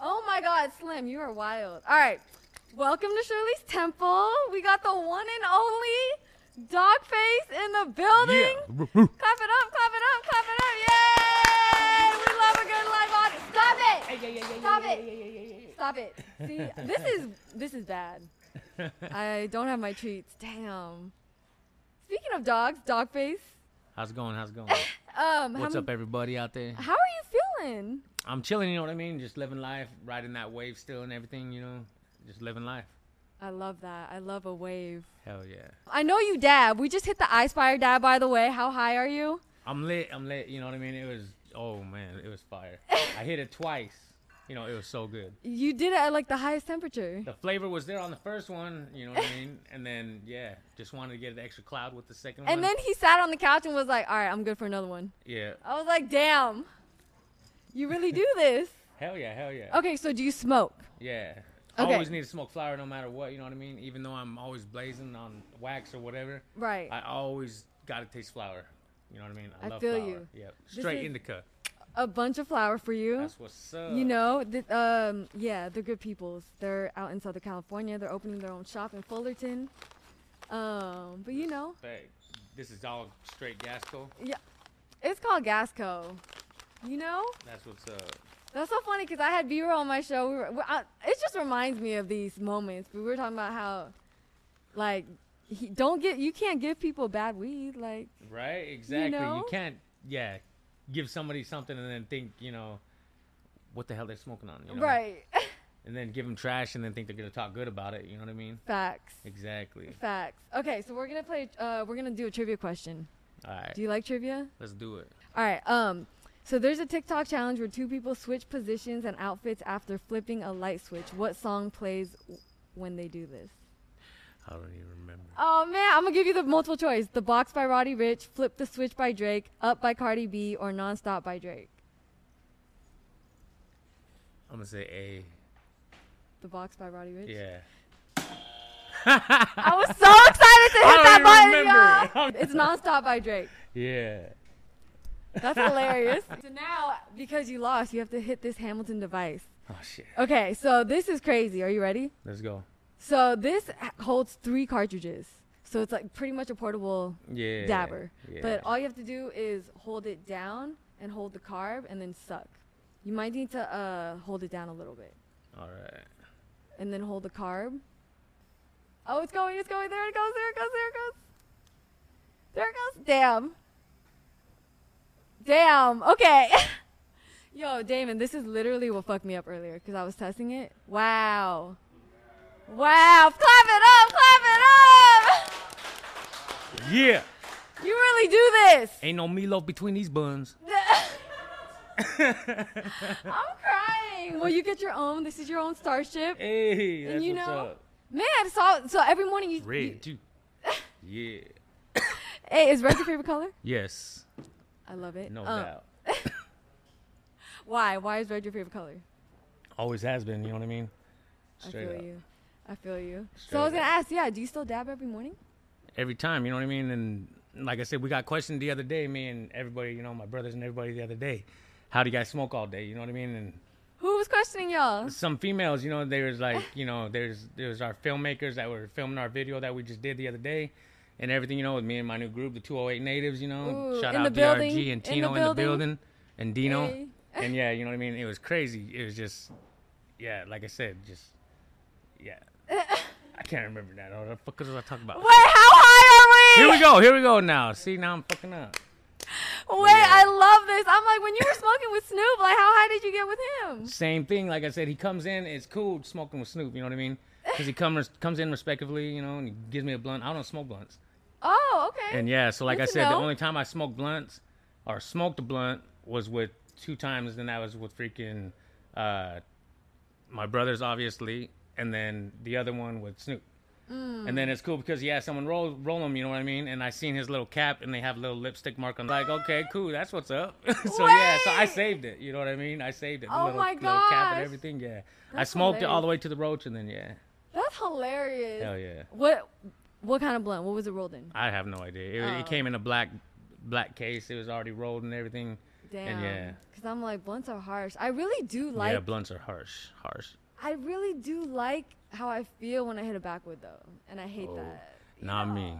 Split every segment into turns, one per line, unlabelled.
Oh my God, Slim, you are wild. All right, welcome to Shirley's Temple. We got the one and only Dogface in the building. Clap it up, clap it up, clap it up. Yay! We love a good live audience. Stop it! Stop it! Stop it. See, this is this is bad. I don't have my treats. Damn. Speaking of dogs, Dogface.
How's it going? How's it going?
Um, how,
What's
m-
up, everybody out there?
how are you feeling?
I'm chilling, you know what I mean? Just living life, riding that wave still and everything, you know? Just living life.
I love that. I love a wave.
Hell yeah.
I know you dab. We just hit the Ice Fire dab, by the way. How high are you?
I'm lit, I'm lit, you know what I mean? It was, oh man, it was fire. I hit it twice. You know, it was so good.
You did it at like the highest temperature.
The flavor was there on the first one, you know what I mean? And then, yeah, just wanted to get the extra cloud with the second one.
And then he sat on the couch and was like, all right, I'm good for another one.
yeah.
I was like, damn, you really do this.
Hell yeah, hell yeah.
Okay, so do you smoke?
Yeah.
Okay.
I always need to smoke flower no matter what, you know what I mean? Even though I'm always blazing on wax or whatever.
Right.
I always got to taste flower. You know what I mean?
I
love
feel
flower.
you.
Yep.
This
Straight
is-
indica.
A bunch of flour for you.
That's what's up.
you know, th- um, yeah, they're good peoples. They're out in Southern California. They're opening their own shop in Fullerton. Um, but you know,
But this is all straight Gasco.
yeah, it's called Gasco. You know,
That's what's up.
That's so funny because I had B-roll on my show. We were, we- I, it just reminds me of these moments. We were talking about how, like, he, don't get you can't give people bad weed. Like,
Right? Exactly. You,
know?
can't, yeah, give somebody something and then think, you know, what the hell they're smoking on. You know?
right?
And then give them trash and then think they're going to talk good about it. You know what I mean?
Facts.
Exactly.
Facts. Okay, so we're gonna play. Uh, we're gonna do a trivia question.
All right.
Do you like trivia?
Let's do it.
All right. Um, so there's a TikTok challenge where two people switch positions and outfits after flipping a light switch. What song plays w- when they do this?
I don't even remember.
Oh man, I'm gonna give you the multiple choice. The Box by Roddy Rich, Flip the Switch by Drake, Up by Cardi B, or Nonstop by Drake.
I'm going to say
The Box by Roddy Rich.
A. Yeah.
I was so excited to hit
I
that button,
don't
y'all.
even
It's Nonstop by Drake.
Yeah.
That's hilarious. so now, because you lost, you have to hit this Hamilton device.
Oh, shit.
Okay, so this is crazy. Are you ready?
Let's go.
So this h- holds three cartridges. So it's like pretty much a portable
Yeah.
dabber.
Yeah.
But all you have to do is hold it down and hold the carb and then suck. You might need to uh, hold it down a little bit
all right.
and then hold the carb. Oh, it's going, it's going. There it goes, there it goes, there it goes. There it goes. Damn. Damn. Okay. Yo, Damon, this is literally what fucked me up earlier because I was testing it. Wow. Wow. Clap it up, clap it up.
Yeah.
You really do this.
Ain't no meatloaf between these buns.
I'm crying. Well, you get your own. This is your own starship.
Hey, that's
and you
what's
know,
up.
man. So, so every morning you, you
Red too. yeah.
hey, is red your favorite color?
Yes.
I love it.
No
Um,
doubt.
Why? Why is red your favorite color?
Always has been. You know what I mean?
I
Straight
feel
up.
you. I feel you. so
Straight
I was gonna
up.
ask, yeah, do you still dab every morning?
Every time. You know what I mean? And like I said, we got questioned the other day. Me and everybody. You know, my brothers and everybody the other day. How do you guys smoke all day? You know what I mean? And
Who was questioning y'all?
some females, you know, there's like, you know, there's there's our filmmakers that were filming our video that we just did the other day, and everything, you know, with me and my new group, the 208 Natives, you know.
Ooh,
Shout
in
out
the
DRG
building, in
and
the
Tino in the
building.
building and Dino.
Hey.
And yeah, you know what I mean? It was crazy. It was just, yeah, like I said, just, yeah. I can't remember now. What the fuck was I talking about?
Wait, how high are
Here
we?
we go. Here we go now. See, now I'm fucking up.
Wait, I love this. I'm like, when you were smoking with Snoop, like, how high did you get with him?
Same thing. Like I said, he comes in. It's cool smoking with Snoop. You know what I mean? Because he comes comes in respectively, you know, and he gives me a blunt. I don't smoke blunts.
Oh, okay.
And yeah, so like
Good
I
to
said, the
know.
only time I smoked blunts or smoked a blunt was with two times, and that was with freaking uh, my brothers, obviously, and then the other one with Snoop.
Mm.
And then it's cool because he had someone roll roll him, you know what I mean? And I seen his little cap, and they have little lipstick mark on. Like, okay, cool, that's what's up. so yeah, so I
Wait!
saved it, you know what I mean? I saved it. The
Oh
little,
my
little cap and
gosh.
everything. Yeah, I
That's
smoked it all
hilarious.
the way to the roach, and then yeah,
That's hilarious.
hell yeah.
What what kind of blunt? What was it rolled in?
I have no idea. It,
Oh.
it came in a black black case. It was already rolled and everything.
Damn.
And yeah.
Cause I'm like blunts are harsh. I really do like.
yeah, blunts are harsh. Harsh.
I really do like how I feel when I hit a backwood though, and I
Oh.
hate that.
Not me.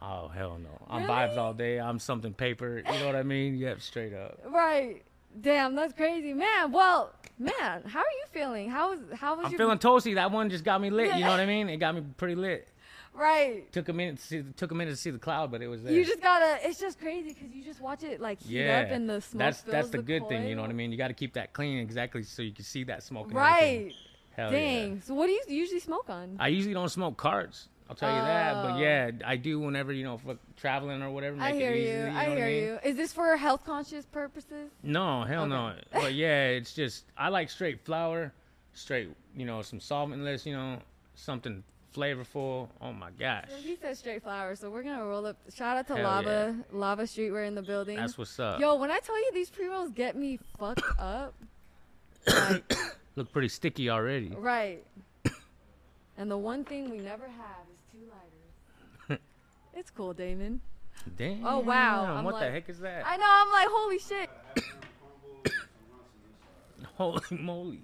Oh hell no. I'm
Really?
vibes all day. I'm something paper. You know what I mean? Yep, straight up.
Right. Damn, that's crazy, man. Well, man, how are you feeling? How was how was
I'm
your
feeling toasty. That one just got me lit. You know what I mean? It got me pretty lit.
right?
Took a minute to see took a minute to see the cloud, but it was there.
You just gotta. It's just crazy because you just watch it like heat
yeah,
up and the smoke.
that's
fills
that's the, good thing.
coil.
You know what I mean? You got to keep that clean exactly so you can see that smoke. and everything.
Right.
Hell yeah.
Dang. So what do you usually smoke on?
I usually don't smoke cards. I'll tell you that, but yeah, I do whenever you know fuck, traveling or whatever. Make
Oh. I hear
it
you.
easy, know
I
what
hear
mean?
you. Is this for health conscious purposes?
No, hell no. But yeah, it's just I like straight flour, straight you know some solventless, you know something flavorful. Oh my gosh,
He said straight flower, so we're gonna roll up. Shout out to
Hell
Lava, Lava Streetwear in the building.
that's what's up.
Yo, when I tell you these pre rolls get me fucked up,
Look pretty sticky already.
right? And the one thing we never have is two lighters. it's cool, Damon.
Damn.
Oh, wow. I'm
what the
like-
heck is that?
I know. I'm like, holy shit.
Holy moly.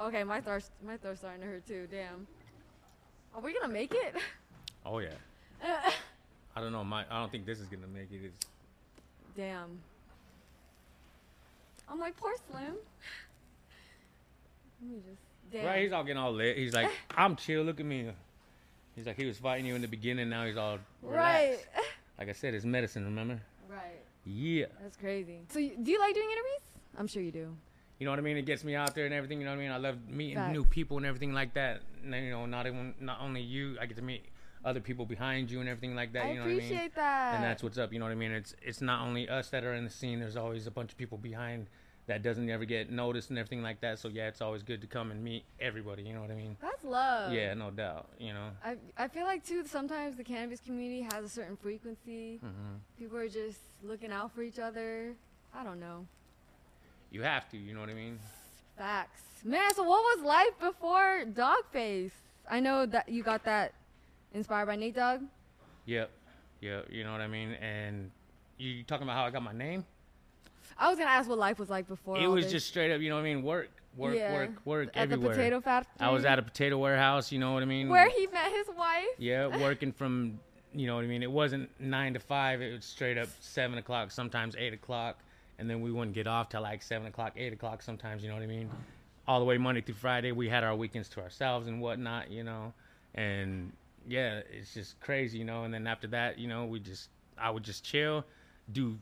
Okay, my throat, my throat's starting to hurt too. Damn. Are we gonna make it?
Oh yeah. I don't know. My I don't think this is gonna make it. It's,
Damn. I'm like, poor Slim. Let me just. Damn.
Right, he's all getting all lit. He's like, I'm chill. Look at me. He's like, he was fighting you in the beginning. Now he's all
Right.
relaxed. Like I said, it's medicine. Remember?
Right.
Yeah.
That's crazy. So, you, do you like doing interviews? I'm sure you do.
You know what I mean? It gets me out there and everything. You know what I mean? I love meeting
Facts.
new people and everything like that. And, then, you know, not even not only you. I get to meet other people behind you and everything like that.
I
you know
appreciate
what I mean?
that.
And that's what's up. You know what I mean? It's it's not only us that are in the scene. There's always a bunch of people behind that doesn't ever get noticed and everything like that. So yeah, it's always good to come and meet everybody. You know what I mean?
That's love.
Yeah, no doubt. You know.
I, I feel like too sometimes the cannabis community has a certain frequency.
Mm-hmm.
People are just looking out for each other. I don't know.
You have to, you know what I mean?
Facts. Man, so what was life before Dogface? I know that you got that inspired by Nate Dogg.
Yep. Yep. You know what I mean? And you you talking about how I got my name?
I was gonna ask what life was like before.
it
all
was
this.
just straight up, you know what I mean? Work, work,
Yeah.
work, work
At the
everywhere.
potato
I was
factory.
at a potato warehouse, you know what I mean?
where he met his wife.
Yeah, working from, you know what I mean? It wasn't nine to five, it was straight up seven o'clock, sometimes eight o'clock. And then we wouldn't get off till like seven o'clock, eight o'clock sometimes, you know what I mean? All the way Monday through Friday, we had our weekends to ourselves and whatnot, you know? And yeah, it's just crazy, you know? And then after that, you know, we just, I would just chill, do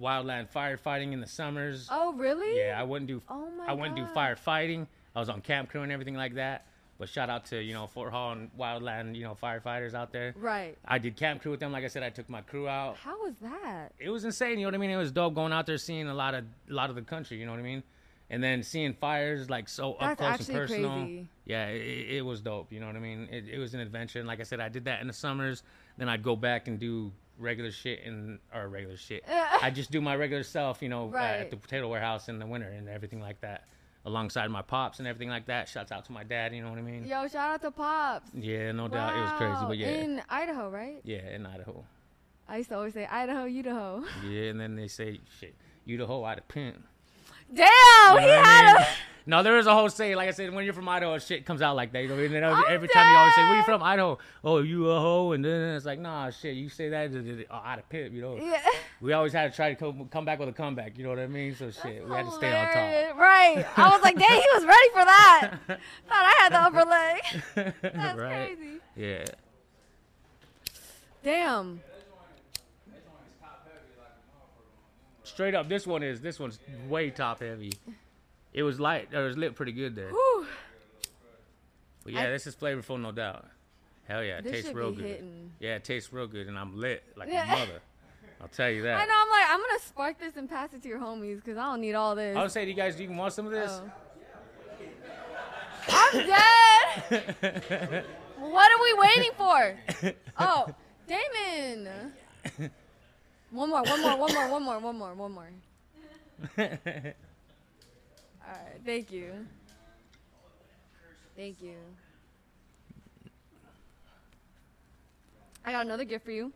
wildland firefighting in the summers.
Oh really?
Yeah, I wouldn't do.
Oh my
I wouldn't
God.
do firefighting. I was on camp crew and everything like that. But shout out to you know Fort Hall and Wildland, you know firefighters out there.
Right.
I did camp crew with them. Like I said, I took my crew out.
How was that?
It was insane. You know what I mean? It was dope going out there, seeing a lot of a lot of the country. You know what I mean? And then seeing fires like so
That's
up close
actually
and personal.
crazy.
Yeah, it, it was dope. You know what I mean? It, it was an adventure. And like I said, I did that in the summers. Then I'd go back and do regular shit and or regular shit. I just do my regular self. You know, uh,
Right.
at the potato warehouse in the winter and everything like that, alongside my pops and everything like that. Shouts out to my dad. You know what I mean?
Yo, shout out to Pops.
Yeah, no doubt, it was crazy.
Wow.
But yeah,
In Idaho, right?
yeah, in Idaho.
I used to always say Idaho, Idaho.
Yeah, and then they say shit. You the hoe, I the pimp.
Damn,
You
he
know what I
had
mean?
a.
No, there is a whole saying. Like I said, when you're from Idaho, shit comes out like that. You know, and then
Oh,
every time you always say, "Where you from?" Idaho. Oh, you a hoe? And then it's like, nah, shit. You say that it- it- out of pip. You know.
Yeah.
We always had to try to come, come back with a comeback. You know what I mean? So shit, we had to stay on top.
Hilarious. Right. I was like, dang, he was ready for that. Thought I had the upper leg. That's
right?
crazy.
Yeah.
Damn.
Straight up, this one is this one's way top heavy. It was light. It was lit pretty good there.
Whew.
But yeah,
I-
this is flavorful, no doubt. Hell yeah, it
This
tastes
should
real
be
good.
hitting.
Yeah, it tastes real good, and I'm lit like
Yeah.
a mother. I'll tell you that.
I know. I'm like, I'm gonna spark this and pass it to your homies because I don't need all this.
I would say, do you guys even want some of this?
Oh. I'm dead. what are we waiting for? Oh, Damon. One more, one more, one more, one more, one more, one more. All right, thank you. Thank you. I got another gift for you.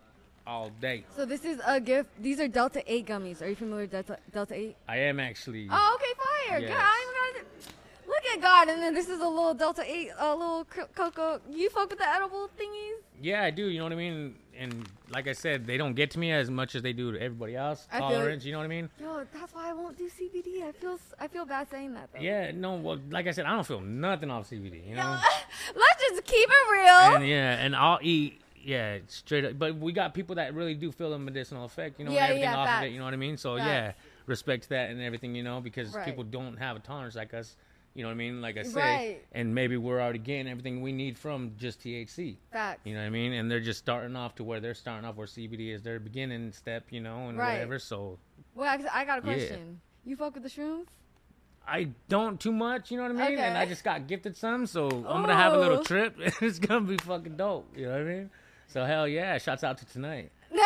All day.
So this is a gift. These are Delta 8 gummies. Are you familiar with Delta, Delta 8?
I am actually.
Oh, okay, fire. Good.
Yes.
I even got it. Look at God, and then this is a little Delta Eight, a little co- cocoa. You fuck with the edible thingies?
Yeah, I do. You know what I mean? And like I said, they don't get to me as much as they do to everybody else.
I feel it.
Tolerance, you know what I mean?
Yo, that's why I won't do CBD. I feel s- I feel bad saying that though.
Yeah, no. Well, like I said, I don't feel nothing off CBD. You know.
Let's just keep it real.
and yeah, and I'll eat. Yeah, straight up. But we got people that really do feel the medicinal effect. You know,
Yeah,
everything
yeah,
off of
facts.
it. You know what I mean? So
Facts.
yeah, respect that and everything. You know, because
Right.
people don't have a tolerance like us. You know what I mean? Like I say,
Right.
and maybe we're already getting everything we need from just THC.
Facts.
You know what I mean? And they're just starting off to where they're starting off where CBD is their beginning step. You know, and
Right.
whatever. So
Well, I- I got a
Yeah.
question. You fuck with the shrooms?
I don't too much, you know what I mean? And
Okay.
I
Oh.
just got gifted some, so I'm gonna have a
Ooh.
little trip. it's gonna be fucking dope, you know what I mean? So hell yeah, shouts out to tonight.
Wait,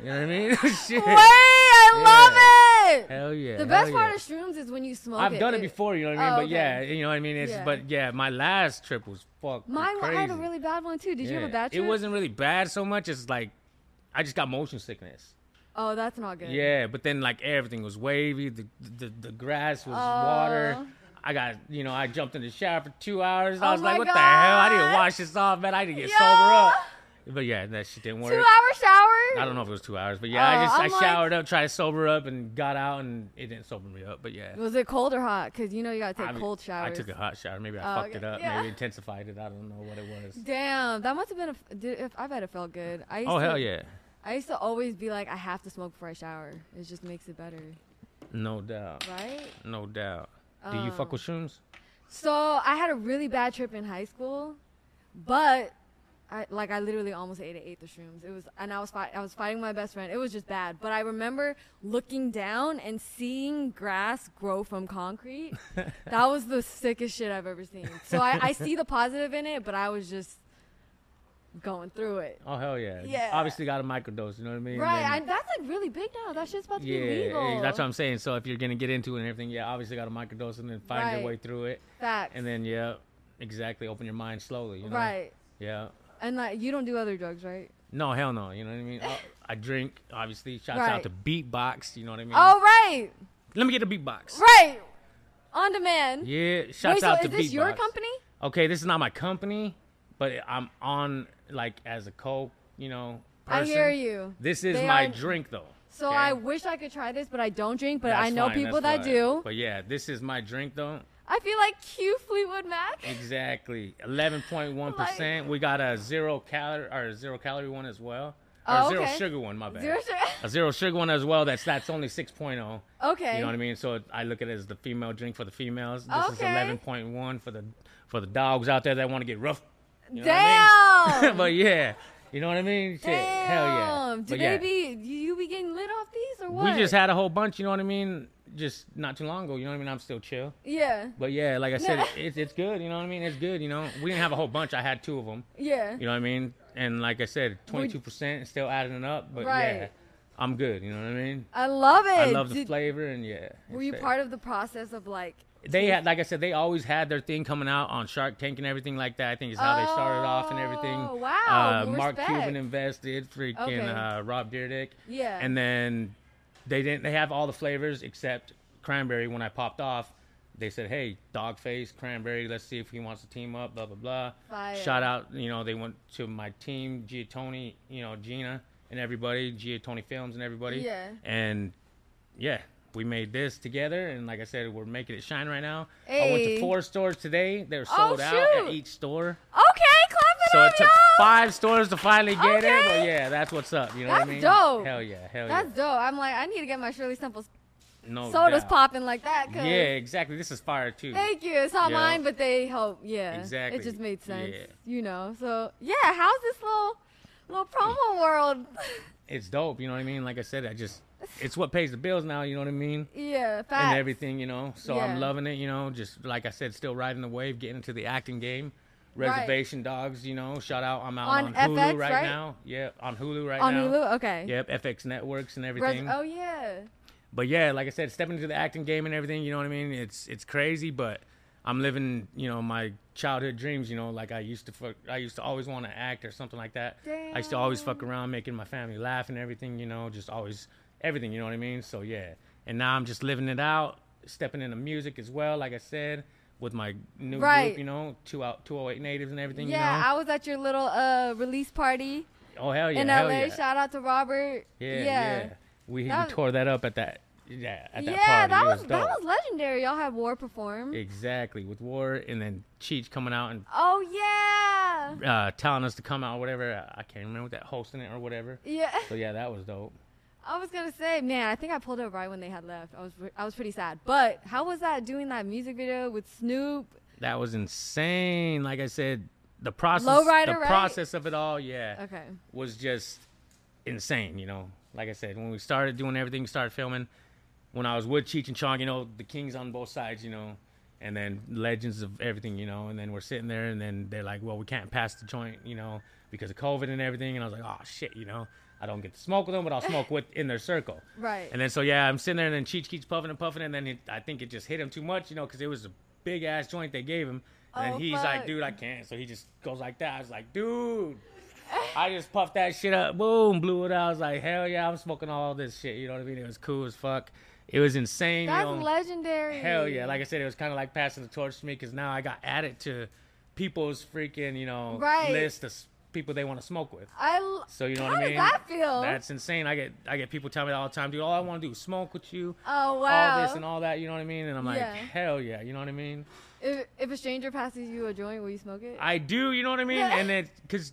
You know what I mean? Shit.
I love it.
Hell yeah.
The best
hell
part
yeah.
of shrooms is when you smoke.
I've
it.
done it
It-
before, you know what I mean?
Oh,
but
okay.
yeah, you know what I mean? It's
Yeah.
but yeah, my last trip was fucking
Mine,
crazy.
I had a really bad one too. Did you have a
Yeah.
bad trip?
It wasn't really bad so much, it's like I just got motion sickness.
Oh, that's not good.
Yeah, but then like everything was wavy. The the, the grass was water.
Oh.
I got you know I jumped in the shower for two hours.
Oh
I was
my
like, what the hell? I need
God.
to wash this off, man. I need to get
Yo.
sober up. But yeah, that shit didn't work.
Two hour shower.
I don't know if it was two hours, but yeah,
Oh,
I just
I'm
I
like-
showered up, tried to sober up, and got out, and it didn't sober me up. But yeah,
Was it cold or hot? Because you know you gotta take
I mean,
cold showers.
I took a hot shower. Maybe I
Oh,
fucked it
okay.
up.
Yeah.
Maybe intensified it. I don't know what it was.
Damn, that must have been a. f- Dude, if I bet it felt good. I used
Oh
to,
hell yeah,
I used to always be like, I have to smoke before I shower. It just makes it better,
no doubt,
right? Oh.
no doubt. Do you fuck with shrooms?
So I had a really bad trip in high school, but I like I literally almost ate an eighth of shrooms. It was, and I was fight, I was fighting my best friend. It was just bad. But I remember looking down and seeing grass grow from concrete. that was the sickest shit I've ever seen. So I, I see the positive in it, but I was just going through it.
Oh hell yeah.
Yeah.
Obviously got a microdose. You know what I mean?
Right,
And-
and that's like really big now. That shit's about to
Yeah,
be legal.
eh, that's what I'm saying. So if you're gonna get into it and everything, yeah, obviously got to microdose and then find
Right.
your way through it,
Facts.
and then uh, yeah, exactly, open your mind slowly. You know?
right,
Yeah.
and like you don't do other drugs, right?
No, hell no. You know what I mean? I, I drink, obviously. Shouts
Right.
out to Beatbox. You know what I mean?
Oh, right,
Let me get a Beatbox.
right, on demand.
Yeah. Shouts
Wait, so
out
is
to
this
Beatbox.
your company?
Okay, this is not my company, but I'm on like as a co, you know.
I
Person.
hear you.
This is
They
my
are-
drink though.
So
okay?
I wish I could try this, but I don't drink. But I
That's
know
fine,
people that
that's fine.
do.
But yeah, this is my drink though.
I feel like Q Fleetwood Mac.
Exactly, eleven point one percent. We got a zero calorie or a zero calorie one as well, or
Oh,
a zero
okay.
sugar one. My bad.
Zero sugar-
a zero sugar one as well. That's that's only six oh.
Okay.
You know what I mean? So it- I look at it as the female drink for the females. This is
Okay.
eleven point one for the for the dogs out there that want to get rough. You know what I mean?
Damn.
but yeah, you know what I mean? Shit,
Damn.
hell yeah.
Do
But
they
yeah.
be? do You be getting lit off these or what?
We just had a whole bunch. You know what I mean? Just not too long ago. You know what I mean? I'm still chill.
Yeah.
But yeah, like I said, it's it's good. You know what I mean? It's good. You know, we didn't have a whole bunch. I had two of them.
Yeah.
You know what I mean? And like I said, 22% is still adding up, but yeah,
Right.
I'm good. You know what I mean?
I love it.
I love the
Did-
flavor and yeah.
Were you part of the process of like?
They had, like I said, they always had their thing coming out on Shark Tank and everything like that. I think is how they started off and
Oh,
everything.
wow.
Uh, Mark
Respect.
Cuban invested, freaking
Okay.
uh, Rob Dyrdek.
Yeah.
And then they didn't. They have all the flavors except Cranberry, when I popped off, they said, "Hey, Dogface, Cranberry, let's see if he wants to team up." Blah blah blah.
Fire.
Shout out, you know, they went to my team, Gia Tony, you know, Gina and everybody, Gia Tony Films and everybody.
Yeah.
And yeah, we made this together, and like I said, we're making it shine right now. I went
Hey.
to four stores today. They're
Oh,
sold out
shoot.
at each store.
Okay, clap it
So
up,
it took
y'all.
five stores to finally get it,
Okay.
but yeah, that's what's up. You know what I
That's
mean?
dope.
Hell yeah, hell
That's dope. I'm like, I need to get my Shirley Temple's
Oh, yeah. No
sodas
doubt.
popping like that. 'cause-
Yeah, exactly. This is fire too.
Thank you. It's not
Yeah.
mine, but they help. Yeah. It
Exactly.
just made sense.
Yeah.
You know. So yeah, how's this little little promo world?
It's dope. You know what I mean? Like I said, I just it's what pays the bills now. You know what I mean?
yeah. Facts.
And everything, you know. So
Yeah.
I'm loving it. You know, just like I said, still riding the wave, getting into the acting game.
Right.
Reservation Dogs, you know. Shout out. I'm out
On
on, Hulu
FX,
right,
right?
now. Yeah, on Hulu right
On
now.
Hulu. Okay.
Yep, FX networks and
Res-
everything.
oh yeah.
but yeah, like I said, stepping into the acting game and everything, you know what I mean? It's it's crazy, but I'm living, you know, my childhood dreams. You know, like I used to, fuck, I used to always want to act or something like that. I used to always fuck around, making my family laugh and everything. You know, just always everything. You know what I mean? So yeah, and now I'm just living it out, stepping into music as well. Like I said, with my new
Right.
group, you know, two out, two hundred eight natives and everything.
Yeah.
you know?
I was at your little uh release party
oh hell yeah,
in
hell
LA.
yeah.
Shout out to Robert.
yeah,
Yeah.
yeah. We,
That-
we tore that up at that. Yeah, at that
Yeah,
party.
that
It
was, that
dope.
was legendary. Y'all had War perform.
Exactly, with War and then Cheech coming out and
oh yeah.
uh, telling us to come out, whatever. I can't remember that hosting it or whatever.
Yeah.
So yeah, that was dope.
I was gonna say, man, I think I pulled up right when they had left. I was I was pretty sad. But how was that doing that music video with Snoop?
That was insane. Like I said, the process,
Lowrider,
the
right?
process of it all, yeah,
Okay.
was just insane. You know, like I said, when we started doing everything, we started filming. When I was with Cheech and Chong, you know, the kings on both sides, you know, and then legends of everything, you know, and then we're sitting there, and then they're like, "Well, we can't pass the joint, you know, because of COVID and everything," and I was like, "Oh shit," you know. I don't get to smoke with them, but I'll smoke with in their circle.
Right.
And then so yeah, I'm sitting there, and then Cheech keeps puffing and puffing, and then it, I think it just hit him too much, you know, because it was a big ass joint they gave him, and
Oh,
he's
fuck.
like, "Dude, I can't." So he just goes like that. I was like, "Dude, I just puffed that shit up, boom, blew it out." I was like, "Hell yeah, I'm smoking all this shit." You know what I mean? It was cool as fuck. It was insane.
That's
you know?
legendary.
Hell yeah! Like I said, it was kind of like passing the torch to me because now I got added to people's freaking you know
Right.
list of s- people they want to smoke with.
I l-
So you know
how
what I
does
mean?
that feel?
That's insane. I get I get people telling me all the time, dude. All I want to do is smoke with you.
Oh,
All
wow.
this and all that. You know what I mean? And I'm like,
Yeah.
hell yeah. You know what I mean?
if, if a stranger passes you a joint, will you smoke it?
I do. You know what I mean?
Yeah.
And then because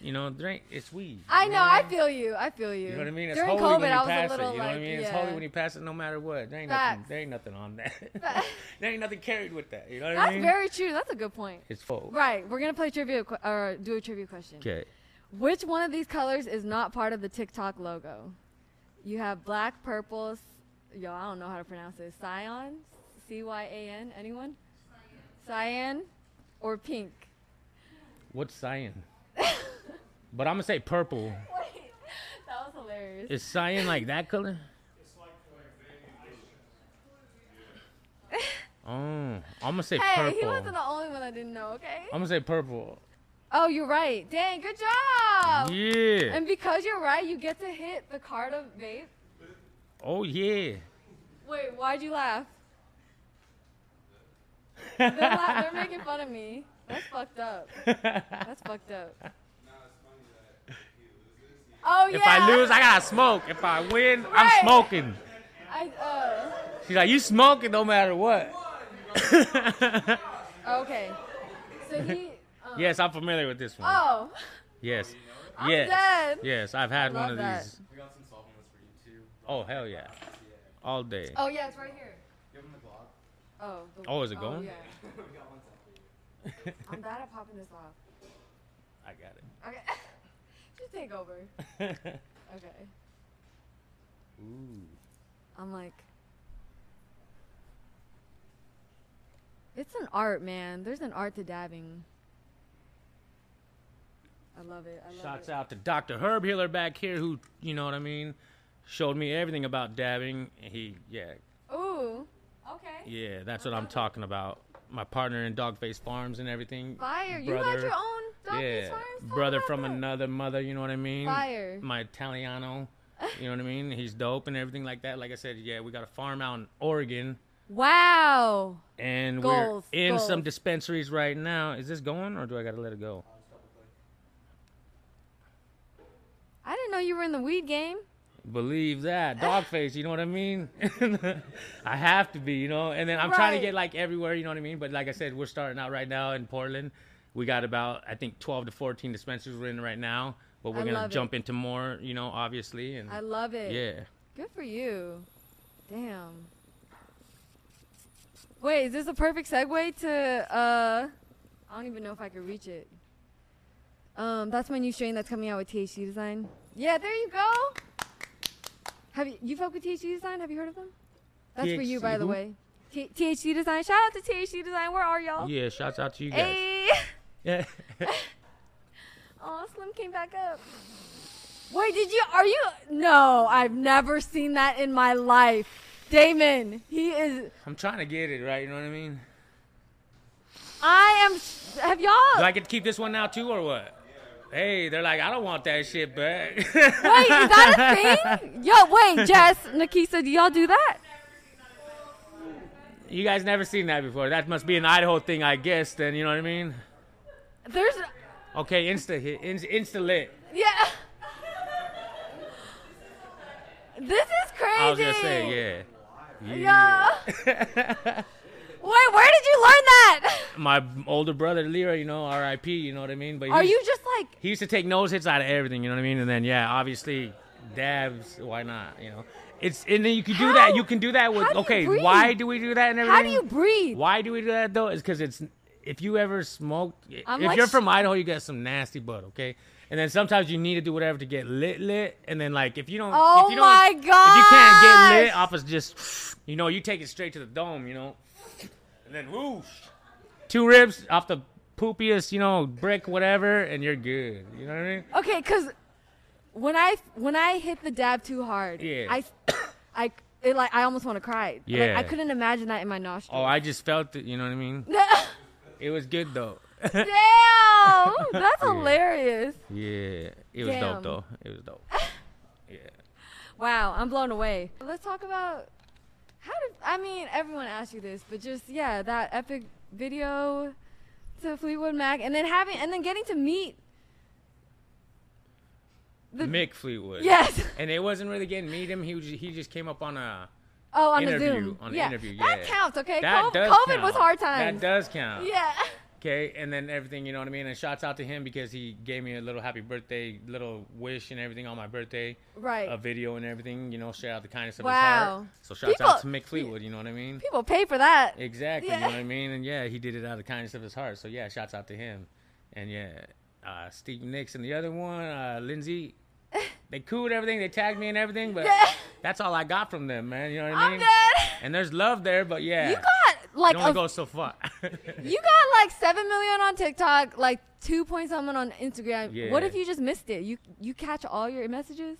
you know, drink it's weed.
I
you
know. I feel you. I feel you.
You know what I mean? It's
During
holy
COVID,
when you
I was
pass
a little
it. You know
like,
what I mean?
yeah.
It's holy when you pass it, no matter what. There ain't
Facts.
nothing. There ain't nothing on that. there ain't nothing carried with that. You know what I
That's
mean?
very true. That's a good point.
It's full.
Right. We're gonna play trivia que- or do a trivia question.
Okay.
Which one of these colors is not part of the TikTok logo? You have black, purple, s- yo, I don't know how to pronounce this. Cyan, C Y A N, anyone? Cyan or pink?
What's cyan? but I'm gonna say purple.
Wait, that was hilarious.
Is cyan like that color? Oh, I'm gonna say
hey,
purple.
he wasn't the only one that didn't know, okay?
I'm gonna say purple.
oh, you're right. Dang, good job.
Yeah.
Oh. And because you're right, you get to hit the card of vape.
Oh yeah.
Wait, why'd you laugh? they're, la- they're making fun of me. That's fucked up. That's fucked up. Oh yeah.
If I lose, I gotta smoke. If I win,
Right.
I'm smoking.
I-
She's like, you smoking no matter what.
oh, okay. So he. Um,
Yes, I'm familiar with this one.
oh,
Yes. yes.
dead.
Yes, I've had
love
one of
that.
these. Oh hell yeah. All day.
oh yeah, it's right here. Oh. the-
Oh, is it going?
yeah. I'm bad at popping this off.
I got it.
Okay. Just take over. Okay.
Ooh.
I'm like. It's an art, man. There's an art to dabbing. I love it. I love
Shouts
it.
out to Dr. Herb Hiller back here, who, you know what I mean, showed me everything about dabbing. And He, yeah,
Ooh. Okay.
yeah, that's what I'm talking about. My partner in Dogface Farms and everything.
Fire. You
Brother-
got your own dog
yeah,
farms? Talk
brother
about
from
that.
another mother, you know what I mean?
Fire.
My Italiano, You know what I mean? He's dope and everything like that. Like I said, yeah, we got a farm out in Oregon,
Wow.
and
Goals,
we're in
goals.
some dispensaries right now. Is this going, or do I gotta let it go?
I didn't know you were in the weed game.
Believe that dog face, you know what I mean? I have to be, you know. And then I'm trying to
Right.
get like everywhere, you know what I mean? But like I said, we're starting out right now in Portland. We got about I think 12 to 14 dispensaries we're in right now, but we're
I
gonna
love it.
jump into more, you know, obviously. And
I love it.
yeah,
Good for you. Damn. Wait, is this a perfect segue to uh I don't even know if I could reach it. Um, that's my new strain that's coming out with THC design. Yeah, there you go. Have you you fuck with THC design? Have you heard of them? That's for you,
THC
by the
who?
way. T- THC design. Shout out to THC design. Where are y'all?
yeah. Shouts out to you guys.
Hey.
Yeah.
Oh, Slim came back up. Wait, did you? Are you? No, I've never seen that in my life. Damon, he is.
I'm trying to get it right, you know what I mean?
I am. Have y'all?
Do I get to keep this one now too, or what? Hey, they're like, I don't want that shit back.
wait, is that a thing? Yo, wait, Jess, Nikisa, do y'all do that?
you guys never seen that before. That must be an Idaho thing, I guess. Then you know what I mean?
There's.
Okay, insta hit, in, insta lit.
Yeah. This is crazy.
I was gonna say, yeah.
Yo. wait, where did you learn that?
My older brother Lira, you know, R.I.P. You know what I mean? But
Are
he's-
you just like?
He used to take nose hits out of everything, you know what I mean? And then yeah, obviously dabs. Why not? You know, it's and then you can do
How?
that. You can do that with
How do you
okay.
breathe?
Why do we do that and everything?
How do you breathe?
Why do we do that though? Is because it's if you ever smoke,
I'm
if
like
you're
sh-
from Idaho, you got some nasty butt, okay? And then sometimes you need to do whatever to get lit, lit. And then like if you don't,
Oh
if you
my
don't, if you can't get
gosh!
lit, off is just, you know, you take it straight to the dome, you know, and then whoosh, two ribs off the poopiest, you know, brick, whatever, and you're good. You know what I mean?
Okay, cause when I when I hit the dab too hard,
Yeah.
I I it like I almost want to cry. Like,
Yeah.
I couldn't imagine that in my nostril.
Oh, I just felt it. You know what I mean? It was good though.
Damn, that's hilarious.
Yeah, it was
Damn.
dope though. It was dope. Yeah.
Wow, I'm blown away. Let's talk about how did I mean everyone asked you this, but just yeah, that epic video to Fleetwood Mac, and then having and then getting to meet. The-
Mick Fleetwood.
Yes.
And it wasn't really getting meet him. He was, he just came up on a
Oh, on
interview
the Zoom.
on an
yeah.
interview.
That
yeah.
counts, okay?
That
Cov-
does
COVID
count.
was hard times.
That does count.
yeah.
Okay, and then everything, you know what I mean. And shouts out to him because he gave me a little happy birthday, little wish and everything on my birthday.
Right.
A video and everything, you know, shout out the kindness of his
Wow.
heart. So shouts out to
People-
Mick Fleetwood, you know what I mean.
People pay for that.
Exactly, you
Yeah.
know what I mean. And yeah, he did it out of the kindness of his heart. So yeah, shouts out to him. And yeah, uh, Steve Nicks and the other one, uh, Lindsay. They cooled everything. They tagged me and everything, but
Yeah.
that's all I got from them, man. You know what I
I'm
mean?
dead.
And there's love there, but yeah,
You got like
it only
a-
goes so far.
you got like seven million on TikTok, like two point something on Instagram. What
Yeah.
if you just missed it? You you catch all your messages?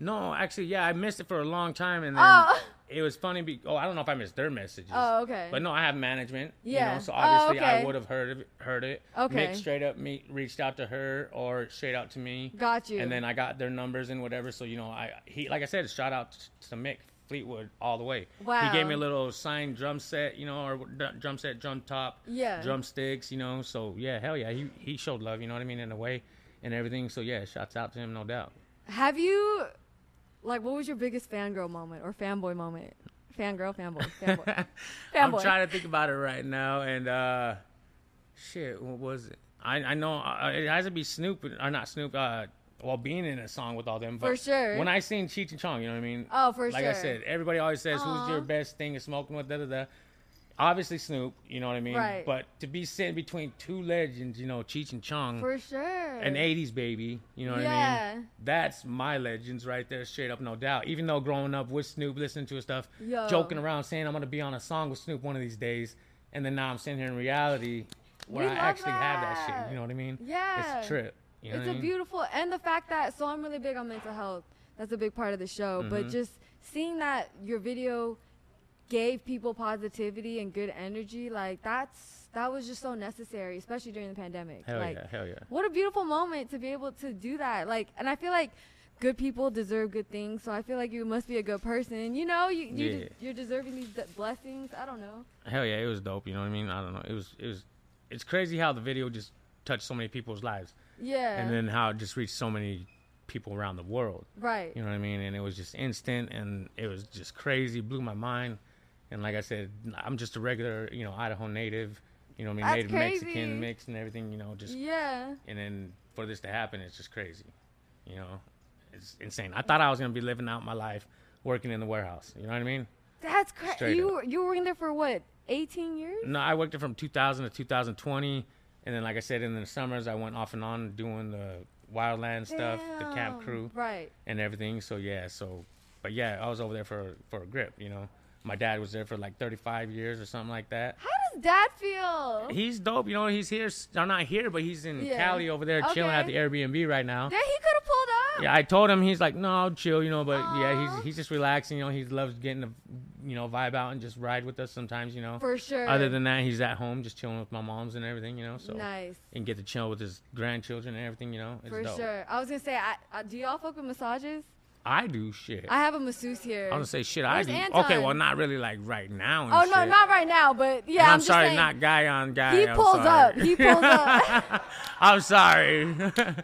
No, actually, yeah, I missed it for a long time, and then
Oh.
it was funny. Be- oh, I don't know if I missed their messages.
Oh, okay.
But no, I have management.
Yeah.
You know, so
Oh,
obviously
okay.
I would have heard of, heard it.
Okay.
Mick straight up me reached out to her or straight out to me.
Got you.
And then I got their numbers and whatever. So you know, I he like I said, shout out t- to Mick Fleetwood all the way. He
Wow.
gave me a little signed drum set, you know, or d- drum set, drum top,
Yeah.
drumsticks, you know. So yeah, hell yeah, he he showed love, you know what I mean, in a way, and everything. So yeah, shouts out to him, no doubt.
Have you like what was your biggest fangirl moment or fanboy moment? Fangirl, fanboy, fanboy.
I'm
fanboy.
trying to think about it right now, and uh, shit, what was it? I I know uh, it has to be Snoop or not Snoop. Uh, well, being in a song with all them, but
For sure.
When I seen Cheech and Chong, you know what I mean?
Oh, for
like
sure.
I said, everybody always says, "Who's your best thing to smoking with?" Da da da. Obviously Snoop, you know what I mean.
Right.
But to be sitting between two legends, you know, Cheech and Chong,
For sure.
an 80s baby you know what i
Yeah.
mean that's my legends right there straight up no doubt even though growing up with snoop listening to his stuff
Yo.
joking around saying i'm gonna be on a song with snoop one of these days and then now i'm sitting here in reality where
We
i
love
actually have that
that.
shit you know what i mean
Yeah.
it's a trip you know
it's
what I
a
mean?
beautiful and the fact that so I'm really big on mental health. That's a big part of the show.
Mm-hmm.
But just seeing that your video gave people positivity and good energy, like that's that was just so necessary, especially during the pandemic.
Hell
like
yeah, hell yeah.
what a beautiful moment to be able to do that. Like and I feel like good people deserve good things. So I feel like you must be a good person. You know, you, you
Yeah.
you're deserving these d- blessings. I don't know.
Hell yeah, it was dope. You know what I mean? I don't know. It was it was it's crazy how the video just touched so many people's lives,
Yeah.
and then how it just reached so many people around the world.
right.
You know what I mean? And it was just instant, and it was just crazy. Blew my mind. And like I said, I'm just a regular, you know, Idaho native. You know what I mean?
That's
native
crazy.
Mexican mix and everything. You know, just
yeah.
and then for this to happen, it's just crazy. You know, it's insane. I thought I was gonna be living out my life working in the warehouse. You know what I mean?
That's crazy.
Straight
You
up.
were, you were in there for what? 18 years?
No, I worked it from 2000 to 2020, and then like I said, in the summers I went off and on doing the wildland stuff, the
Damn.
camp crew,
Right.
and everything. So yeah, so but yeah, I was over there for for a grip. You know, my dad was there for like 35 years or something like that.
How does that feel?
He's dope, you know. He's here, s- or not here, but he's in
Yeah.
Cali over there chilling at the
Okay.
Airbnb right now.
That he could have pulled up.
Yeah, I told him he's like, no, I'll chill, you know, but yeah,
Aw.
he's he's just relaxing, you know. He loves getting the, you know, vibe out and just ride with us sometimes, you know.
For sure.
Other than that, he's at home just chilling with my moms and everything, you know. So
Nice.
And get to chill with his grandchildren and everything, you know. It's
For
dope.
sure. I was gonna say, I, I, do y'all fuck with massages?
I do shit.
I have a masseuse here.
I was gonna say shit.
Where's
I do.
Anton?
Okay, well, not really like right now. And
Oh no,
shit.
not right now, but yeah.
And
I'm,
I'm,
just
sorry,
saying,
not guy on guy.
He
I'm
pulls
sorry.
up. He pulls up.
I'm sorry.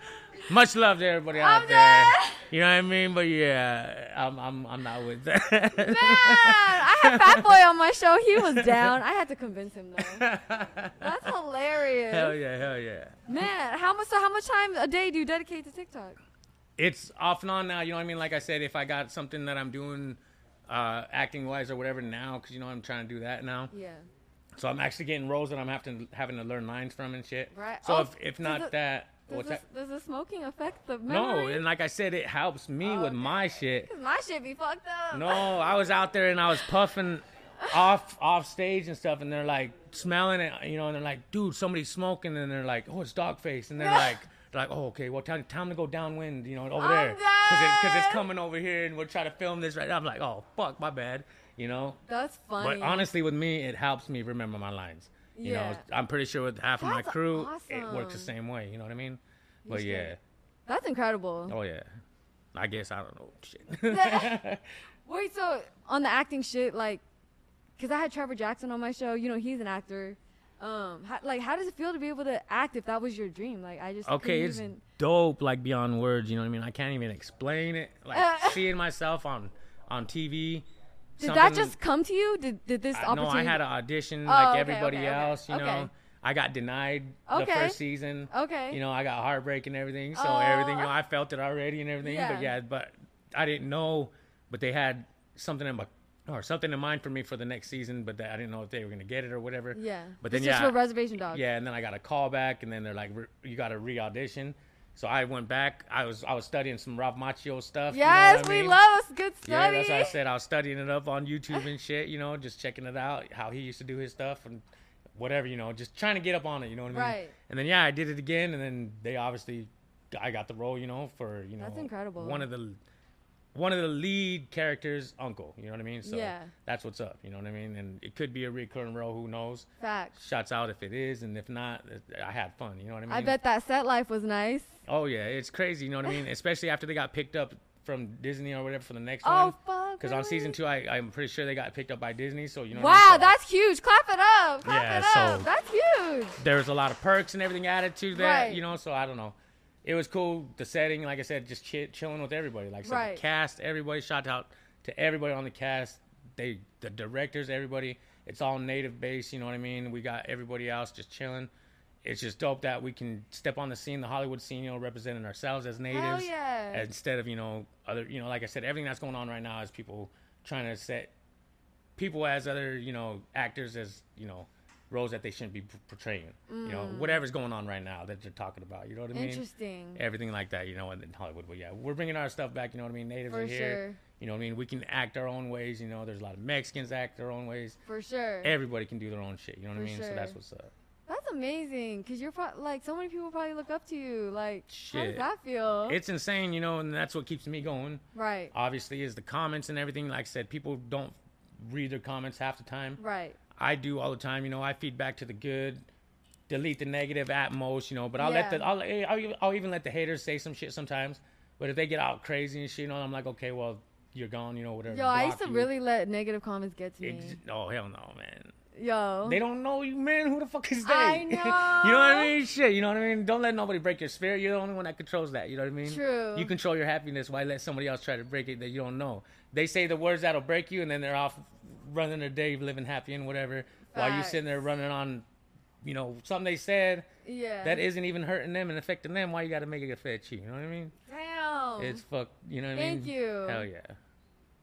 Much love to everybody out
I'm
there.
done.
You know what I mean? But yeah, I'm I'm I'm not with that.
Man, I had Fat Boy on my show. He was down. I had to convince him though. That's hilarious.
Hell yeah, hell yeah.
Man, how much? So how much time a day do you dedicate to TikTok?
It's off and on now. You know what I mean? Like I said, if I got something that I'm doing, uh, acting wise or whatever now, because you know I'm trying to do that now.
Yeah.
So I'm actually getting roles that I'm having to, having to learn lines from and shit.
Right.
So
Oh,
if if
does
not
it-
that,
Does,
what's
this,
that?
does the smoking affect the memory? Oh,
No, and like I said, it helps me with my shit.
my shit be fucked up.
No, I was out there and I was puffing off off stage and stuff, and they're like smelling it, you know, and they're like, dude, somebody's smoking, and they're like, oh, it's dog face, and they're like. They're like, oh, okay, well, time, time to go downwind, you know, over
I'm
there. it's, it's
dead.
coming over here and we're trying to film this right now. I'm like, oh, fuck, my bad, you know?
That's funny.
But honestly, with me, it helps me remember my lines. You
Yeah.
know, I'm pretty sure with half of my
That's
crew, it works
awesome.
the same way, you know what I mean? But
should.
yeah,
That's incredible.
oh, yeah. I guess I don't know. Shit.
Wait, so on the acting shit, like, because I had Trevor Jackson on my show. You know, he's an actor. Um, how, like, how does it feel to be able to act if that was your dream? Like, I just
okay,
couldn't
it's
even.
dope, like beyond words. You know what I mean? I can't even explain it. Like
Uh,
seeing myself on on TV.
Did that just come to you? Did did this
I, no?
opportunity? Oh,
I had an audition like
okay,
everybody
okay, okay,
else. You
okay.
know, I got denied the
Okay.
first season.
Okay.
You know, I got heartbreak and everything. So
Oh.
everything, you know, I felt it already and everything.
Yeah.
But yeah, but I didn't know. But they had something in my or something in mind for me for the next season. But that I didn't know if they were gonna get it or whatever.
Yeah.
But
This
then
is
yeah,
for reservation dogs.
yeah, and then I got a call back, and then they're like, "Re- "You got to re-audition." So I went back. I was I was studying some Rob Macchio stuff. you know what
Yes,
I
we
mean?
love us good
Yeah,
study.
that's what I said. I was studying it up on YouTube and shit. You know, just checking it out, how he used to do his stuff and whatever. You know, just trying to get up on it. You know what I mean?
Right.
And then yeah, I did it again, and then they obviously, I got the role. You know, for you know,
That's incredible.
One of the one of the lead characters' uncle. You know what I mean? So
Yeah.
that's what's up. You know what I mean? And it could be a recurring role. Who knows?
Facts.
Shots out if it is, and if not, I had fun. You know what I mean?
I bet that set life was nice.
Oh yeah, it's crazy. You know what I mean? Especially after they got picked up from Disney or whatever for the next
Oh,
one.
fuck,
Because on
really?
season two, I, I'm pretty sure they got picked up by Disney. So you know. what I mean?
Wow,
So
that's huge. Clap it up. Clap
Yeah,
it up.
so-
that's huge.
there was a lot of perks and everything added to that.
Right.
You know, so I don't know. It was cool. The setting, like I said, just chi- chilling with everybody. Like I said,
Right.
the cast, everybody. Shout out to everybody on the cast. They, the directors, everybody. It's all native based. You know what I mean? We got everybody else just chilling. It's just dope that we can step on the scene, the Hollywood scene, you know, representing ourselves as natives
yeah.
instead of you know other. You know, like I said, everything that's going on right now is people trying to set people as other you know actors as you know roles that they shouldn't be p- portraying you know whatever's going on right now that you're talking about you know what i mean
Mm. Interesting.
everything like that you know in in hollywood but yeah we're bringing our stuff back you know what i mean natives
For
are here
sure.
you know what i mean we can act our own ways you know there's a lot of mexicans that act their own ways
For sure.
everybody can do their own shit you know what
For
i mean so that's
sure.
what's up
That's amazing, cause you're pro- like so many people probably look up to you. Like, how does
Shit.
that feel?
it's insane you know and that's what keeps me going
right,
obviously is the comments and everything like i said people don't read their comments half the time
right,
I do all the time. You know, I feed back to the good, delete the negative at most. You know, but I'll eh, let
Yeah.
the I'll, I'll, even- I'll even let the haters say some shit sometimes. But if they get all crazy and shit, you know, I'm like, okay, well, you're gone, you know, whatever.
Yo, I
block
used to
you.
really let negative comments get to me.
Ex- oh hell no, man.
Yo.
They don't know you, man. Who the fuck is they?
I
you know what I
know.
mean? Shit, you know what I mean? Don't let nobody break your spirit. You're the only one that controls that. You know what I mean?
True.
You control your happiness. Why let somebody else try to break it that you don't know? They say the words that'll break you, and then they're off running their day, living happy and whatever, while you're sitting there running on, you know, something they said
yeah.
that isn't even hurting them and affecting them. Why you got to make it affect you? You know what I mean?
Damn.
It's fuck. You know what I mean?
Uh-huh. Thank you.
Hell yeah,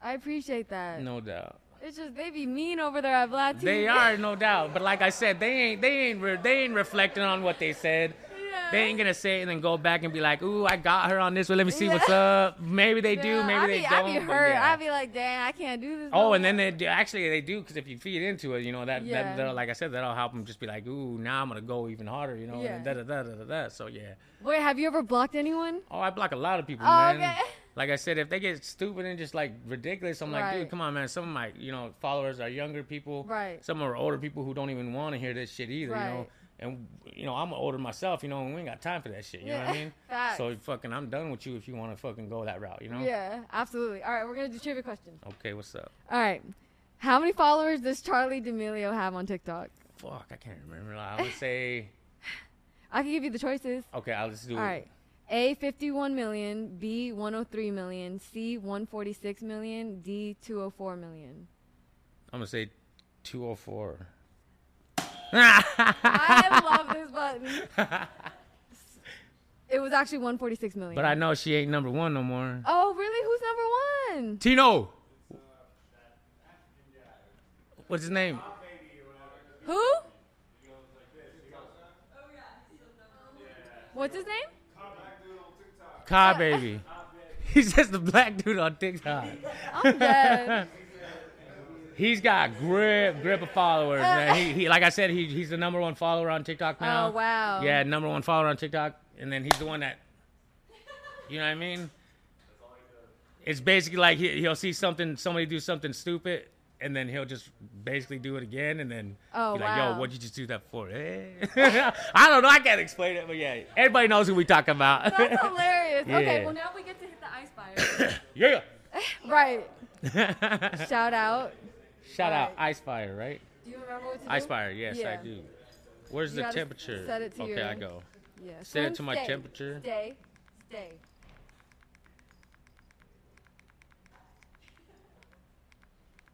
I appreciate that.
no doubt.
It's just they be mean over there at Vlad TV.
They are no doubt, but like I said, they ain't they ain't re- they ain't reflecting on what they said.
Yeah.
They ain't gonna say it and then go back and be like, "Ooh, I got her on this one. Let me see what's up." Maybe they do,
Yeah,
maybe
I
they
be,
don't.
I be
but
hurt.
yeah.
I be like, dang, I can't do this.
oh,
no
and then
more."
they do, actually they do because if you feed into it, you know that,
Yeah.
that that'll- like I said, that'll help them just be like, "Ooh, now I'm gonna go even harder," you know.
Yeah.
and Da, da, da, da, da, da. So yeah.
Wait, have you ever blocked anyone?
Oh, I block a lot of people,
Oh,
man.
okay.
Like I said, if they get stupid and just like ridiculous, I'm like,
Right.
dude, come on, man. Some of my, you know, followers are younger people.
Right.
Some are older people who don't even want to hear this shit either, you know.
Right.
And you know, I'm older myself, you know, and we ain't got time for that shit. You know what I
Yeah,
mean?
facts.
So fucking, I'm done with you if you want to fucking go that route, you know?
Yeah, absolutely. All right, we're gonna do trivia questions.
Okay, what's up?
All right, how many followers does Charlie D'Amelio have on TikTok?
Fuck, I can't remember. I would say,
I can give you the choices.
okay, I'll just do.
All right. A 51 million, B 103 million, C 146 million, D 204 million.
I'm gonna say, two or four.
I love this button. It was actually 146 million.
But I know she ain't number one no more.
oh, really? Who's number one?
Tino. What's his name?
Who? What's his name?
Car baby. He's just the black dude on TikTok.
I'm dead.
He's got grip, grip of followers, man. He, he like I said, he, he's the number one follower on TikTok now.
Oh, wow.
Yeah, number one follower on TikTok, and then he's the one that, you know what I mean? It's basically like he, he'll see something, somebody do something stupid, and then he'll just basically do it again, and then
Oh,
be like,
wow.
"Yo, what'd you just do that for?" Eh? I don't know. I can't explain it, but yeah, everybody knows who we talking about.
That's hilarious. Okay,
Yeah.
well now we get to hit the ice fire.
yeah.
right. Shout out.
Shout out Ice Fire, right?
Do you remember what to do?
Ice Fire, yes, I
Yeah.
do. Where's
You
the
gotta
temperature?
set it to
okay,
your-
I go.
Yeah.
Set
Swim,
it to my
stay,
temperature.
Stay. Stay.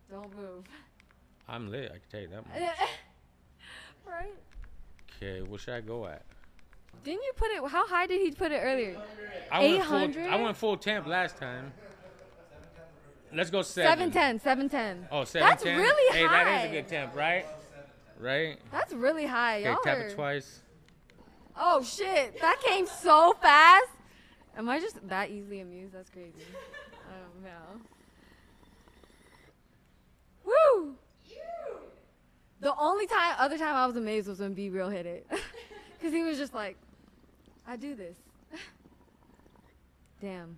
Don't move.
I'm lit, I can tell you that much.
right?
Okay, what should I go at?
Didn't you put it? How high did he put it earlier?
I went full,
800?
I went full temp last time. Let's go seven.
Seven ten. Seven ten.
Oh, seven
That's
ten?
really
hey,
high.
that is a good temp, right? Right?
That's really high.
Okay,
Y'all
tap
are-
it twice.
Oh shit! That came so fast. Am I just that easily amused? That's crazy. Oh no. Woo! The only time, other time I was amazed was when B Real hit it, because he was just like, "I do this." Damn.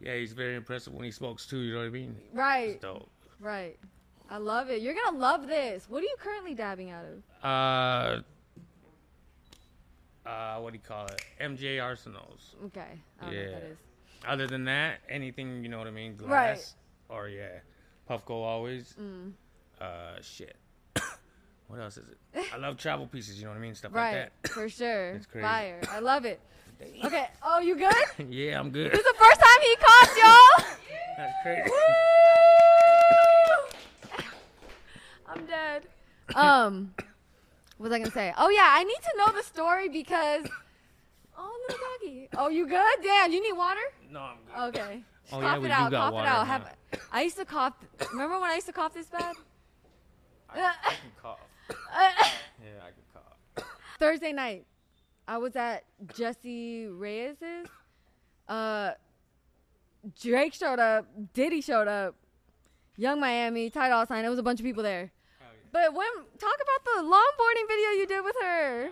Yeah, he's very impressive when he smokes too, you know what I mean?
Right.
Dope.
Right. I love it. You're gonna love this. What are you currently dabbing out of?
Uh uh, what do you call it? MJ Arsenals.
Okay. I don't know what that
Yeah.
is.
Other than that, anything you know what I mean,
Right. Mm.
glass or yeah, Puffco always. Uh, shit. what else is it? I love travel pieces. You know what I mean, stuff
Right.
like
For sure.
It's crazy.
Fire. I love it. Okay. Oh, you good?
that. yeah, I'm good.
This is the first time he coughed, y'all.
That's crazy.
I'm dead. Um, what was I gonna say? Oh yeah, I need to know the story because. Oh little doggy. Oh, you good? Damn, you need water?
no, I'm good.
Okay. Just
Oh,
cough
yeah,
it
we do
out.
got
cough
water
it out.
now.
Have, I used to cough. Remember when I used to cough this bad?
I can cough. yeah, I can cough.
Thursday night, I was at Jesse Reyes's. Uh, Drake showed up, Diddy showed up, Young Miami, Ty Dolla Sign. It was a bunch of people there. But when talk about the longboarding video you did with her.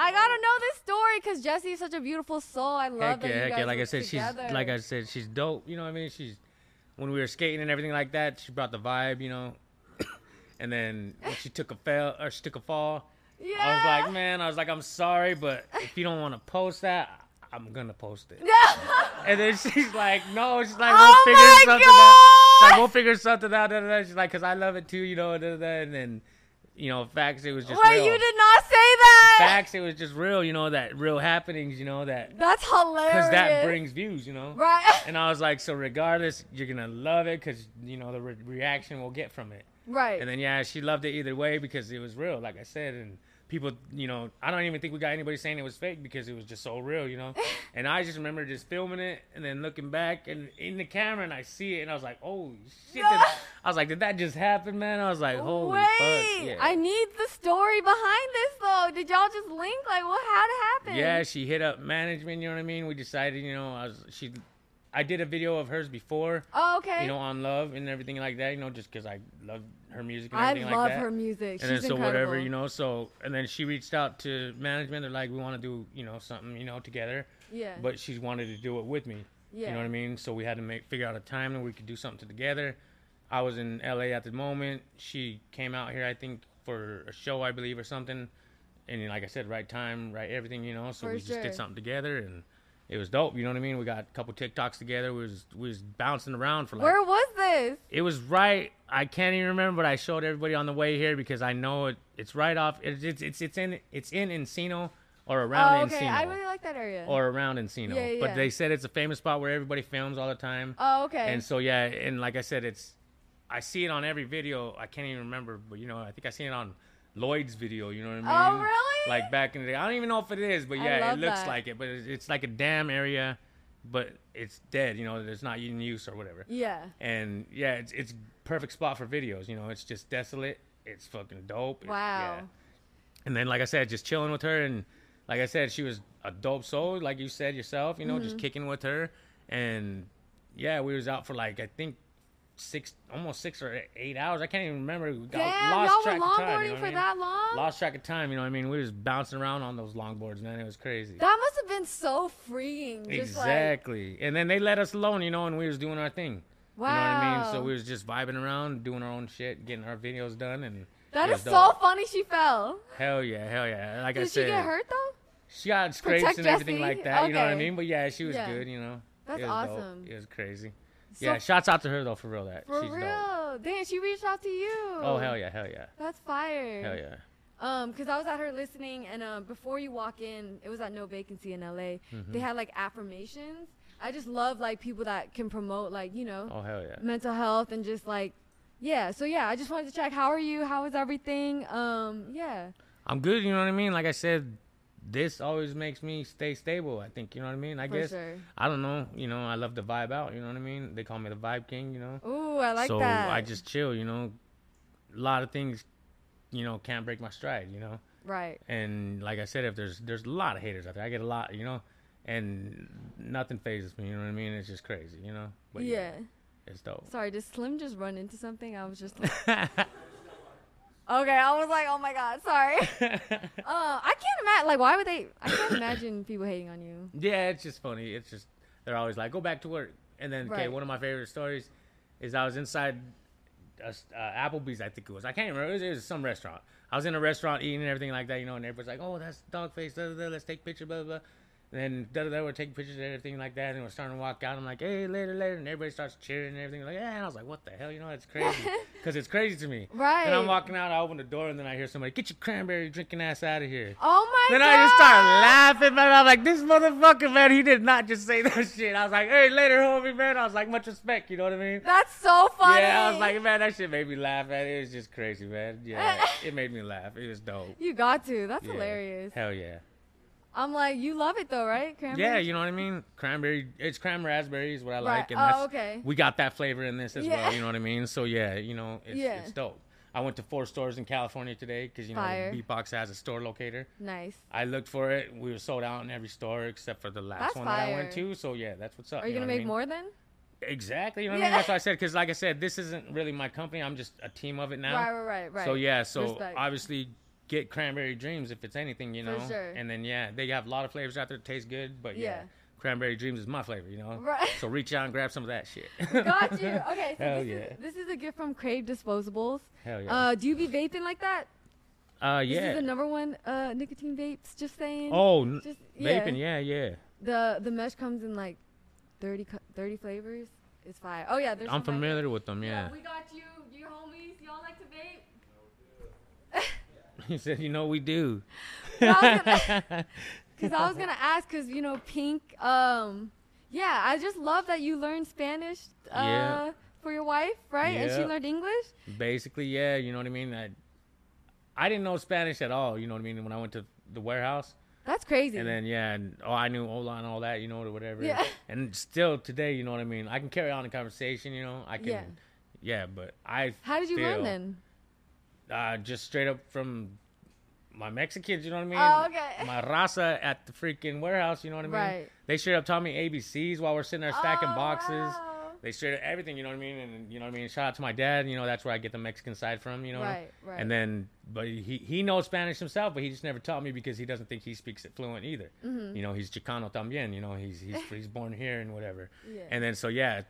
I gotta know this story because Jesse is such a beautiful soul. I love
Heck
that
yeah,
you
heck
guys
yeah. Like I
were
said,
together.
she's like I said, she's dope. You know what I mean? She's when we were skating and everything like that, she brought the vibe. You know, and then when she took a fail or she took a fall. I was
Yeah.
like, man, I was like, I'm sorry, but if you don't want to post that, I'm gonna post it.
Yeah.
And then she's like, no, she's like, we'll
Oh
figure
my
something out. She's
God.
like, we'll figure something out. Da, da, da. She's like, because I love it too, you know, da, da, da. and then, you know, facts, it was just
Wait,
real.
you did not say that.
facts, it was just real, you know, that real happenings, you know, that,
That's hilarious.
because that brings views, you know.
Right.
And I was like, so regardless, you're going to love it because, you know, the re- reaction we'll get from it.
right.
And then, yeah, she loved it either way because it was real, like I said. And people, you know, I don't even think we got anybody saying it was fake because it was just so real, you know? and I just remember just filming it and then looking back and in the camera and I see it and I was like, oh, shit.
No.
did- I was like, did that just happen, man? I was like, holy
Wait,
fuck. Yeah.
I need the story behind this though. Did y'all just link? Like, what? How it happen?
Yeah, she hit up management, you know what I mean? We decided, you know, I was, she, I did a video of hers before.
Oh, okay.
You know, on love and everything like that. You know, just because I love her music and
I
everything
love
like that.
her music.
And then
She's
so whatever,
incredible.
you know. So and then she reached out to management. They're like, we want to do, you know, something, you know, together.
Yeah.
But she wanted to do it with me. You
Yeah.
know what I mean? So we had to make figure out a time that we could do something together. I was in LA at the moment. She came out here, I think, for a show, I believe, or something. And like I said, right time, right everything, you know. So
For
we just
sure.
did something together, and it was dope. You know what I mean? We got a couple TikToks together. We was we was bouncing around for like
Where was this?
it was right. I can't even remember, but I showed everybody on the way here because I know it. It's right off. It's it's it's, it's in it's in Encino or around
Oh, okay.
Encino
I really like that area.
or around Encino.
Yeah, yeah, yeah.
But they said it's a famous spot where everybody films all the time.
Oh, okay.
And so yeah, and like I said, it's I see it on every video. I can't even remember, but you know, I think I seen it on Lloyd's video. You know what I
Oh,
mean?
really?
Like back in the day. I don't even know if it is, but
I
yeah,
love
it looks
that.
like it. But it's, it's like a dam area, but it's dead. You know, it's not in use or whatever
yeah.
and yeah, it's it's perfect spot for videos. You know, it's just desolate. It's fucking dope. It-
Wow.
yeah. And then, like I said, just chilling with her, and like I said, she was a dope soul, like you said yourself. You know,
Mm-hmm.
just kicking with her, and yeah, we was out for like I think six, almost six or eight hours. I can't even remember. We got-
Damn, y'all were
track of time, you
longboarding
know what
for
I mean?
that long?
Lost track of time. You know what I mean? We was bouncing around on those longboards, man. It was crazy.
That must have been so freeing. Just like,
Exactly. and then they let us alone, you know, and we was doing our thing. You know what I mean? So
Wow.
we was just vibing around, doing our own shit, getting our videos done, and
that
it
is
was
so
dope.
funny. She fell.
Hell yeah, hell yeah. Like I
Did she
said,
get hurt though?
she got scrapes
Protect
and everything
Jessie?
like that. You know what I
Okay.
mean? But yeah, she was
Yeah.
good. You know,
That's
It was dope.
awesome.
It was crazy.
So-
yeah, shouts out to her though for real. That
For
she's
real.
dope.
Damn, she reached out to you.
Oh hell yeah, hell yeah,
That's fire.
hell yeah.
Um, because I was at her listening, and um, before you walk in, it was at No Vacancy in LA.
Mm-hmm.
They had like affirmations. I just love like people that can promote like you know
Oh hell yeah.
mental health and just like yeah. So yeah, I just wanted to check. How are you? How is everything? Um, yeah.
I'm good. You know what I mean? Like I said, this always makes me stay stable. I think you know what I mean. I
For
guess
sure.
I don't know. You know, I love to vibe out. You know what I mean? They call me the vibe king. You know.
Ooh, I like
so
that.
I just chill. You know, a lot of things. You know, can't break my stride. You know,
right.
and like I said, if there's there's a lot of haters out there, I get a lot. You know, and nothing phases me. You know what I mean? It's just crazy. You know. But
Yeah.
it's dope.
Sorry, did Slim just run into something? I was just like. okay, I was like, oh my God, sorry. uh, I can't imagine, like, why would they? I can't imagine people hating on you.
Yeah, it's just funny. It's just they're always like, "Go back to work." And then, okay,
Right.
one of my favorite stories is I was inside a s- uh, Applebee's, I think it was. I can't remember. It was, it was some restaurant. I was in a restaurant eating and everything like that, you know. And everybody's like, "Oh, that's dog face." Da, da, da, let's take picture, blah blah. blah. And then da da da, we're taking pictures and everything like that. And we're starting to walk out. I'm like, "Hey, later, later," and everybody starts cheering and everything like, "Yeah." And I was like, "What the hell?" You know, that's crazy because it's crazy to me. And
Right.
I'm walking out. I open the door and then I hear somebody, "Get your cranberry drinking ass out of here."
Oh my
Then
God.
I just started laughing, man. I'm like, this motherfucker, man, he did not just say that shit. I was like, hey, later, homie, man. I was like, much respect, you know what I mean?
That's so funny.
Yeah, I was like, man, that shit made me laugh, man. It was just crazy, man. Yeah, it made me laugh. It was dope.
you got to. That's
Yeah.
hilarious.
Hell yeah.
I'm like, you love it though, right? Cranberry?
Yeah, you know what I mean? Cranberry, it's cran raspberry is what I
Right.
like. And
Oh,
that's,
okay.
We got that flavor in this as
Yeah.
well, you know what I mean? So, yeah, you know, it's,
Yeah.
it's dope. I went to four stores in California today because, you know,
Fire.
Beatbox has a store locator.
Nice.
I looked for it. We were sold out in every store except for the last
That's
one that I went
fire.
to. So yeah, that's what's up.
Are you,
know
going to
what I
make
mean?
more then?
Exactly. You know what I
Yeah.
mean? That's what I said. Because like I said, this isn't really my company. I'm just a team of it now.
Right, right, right, right.
So yeah. So
Respect.
obviously, get cranberry dreams if it's anything, you
For
know.
sure.
And then yeah, they have a lot of flavors out there. that Taste good, but yeah.
Yeah.
Cranberry Dreams is my flavor, you know.
Right.
So reach out and grab some of that shit.
Got you. Okay, so
Hell
this,
yeah.
is, this is a gift from Crave Disposables.
Hell yeah.
Uh, do you be vaping like that?
uh,
This
yeah.
is the number one uh, nicotine vapes. Just saying.
oh, n-
Just-
vaping. Yeah, yeah.
The the mesh comes in like 30, co- 30 flavors. It's fire. Oh yeah, there's.
I'm
some right here.
familiar with them. Yeah.
We got you, you homies. Y'all like to vape?
he said, you know, we do.
Because I was gonna ask, because you know, Pink. Um, yeah, I just love that you learned Spanish. Uh,
Yeah.
For your wife, right? And she
Yeah.
learned English.
Basically, yeah. You know what I mean? I, I didn't know Spanish at all. You know what I mean? When I went to the warehouse.
That's crazy.
And then yeah, and, oh, I knew Ola and all that, you know, or whatever.
Yeah.
And still today, you know what I mean. I can carry on a conversation, you know. I can.
Yeah.
Yeah. but I.
How did you learn
feel,
then?
Uh, just straight up from my Mexicans, you know what I mean.
Oh, okay.
My raza at the freaking warehouse, you know what I mean.
Right.
They straight up taught me ABCs while we're sitting there stacking
Oh,
boxes.
wow.
They straight up everything, you know what I mean, and you know what I mean. Shout out to my dad, you know that's where I get the Mexican side from, you know.
Right, right.
And then, but he he knows Spanish himself, but he just never taught me because he doesn't think he speaks it fluent either.
Mm-hmm.
You know, he's Chicano también. You know, he's he's he's born here and whatever.
Yeah.
And then so yeah,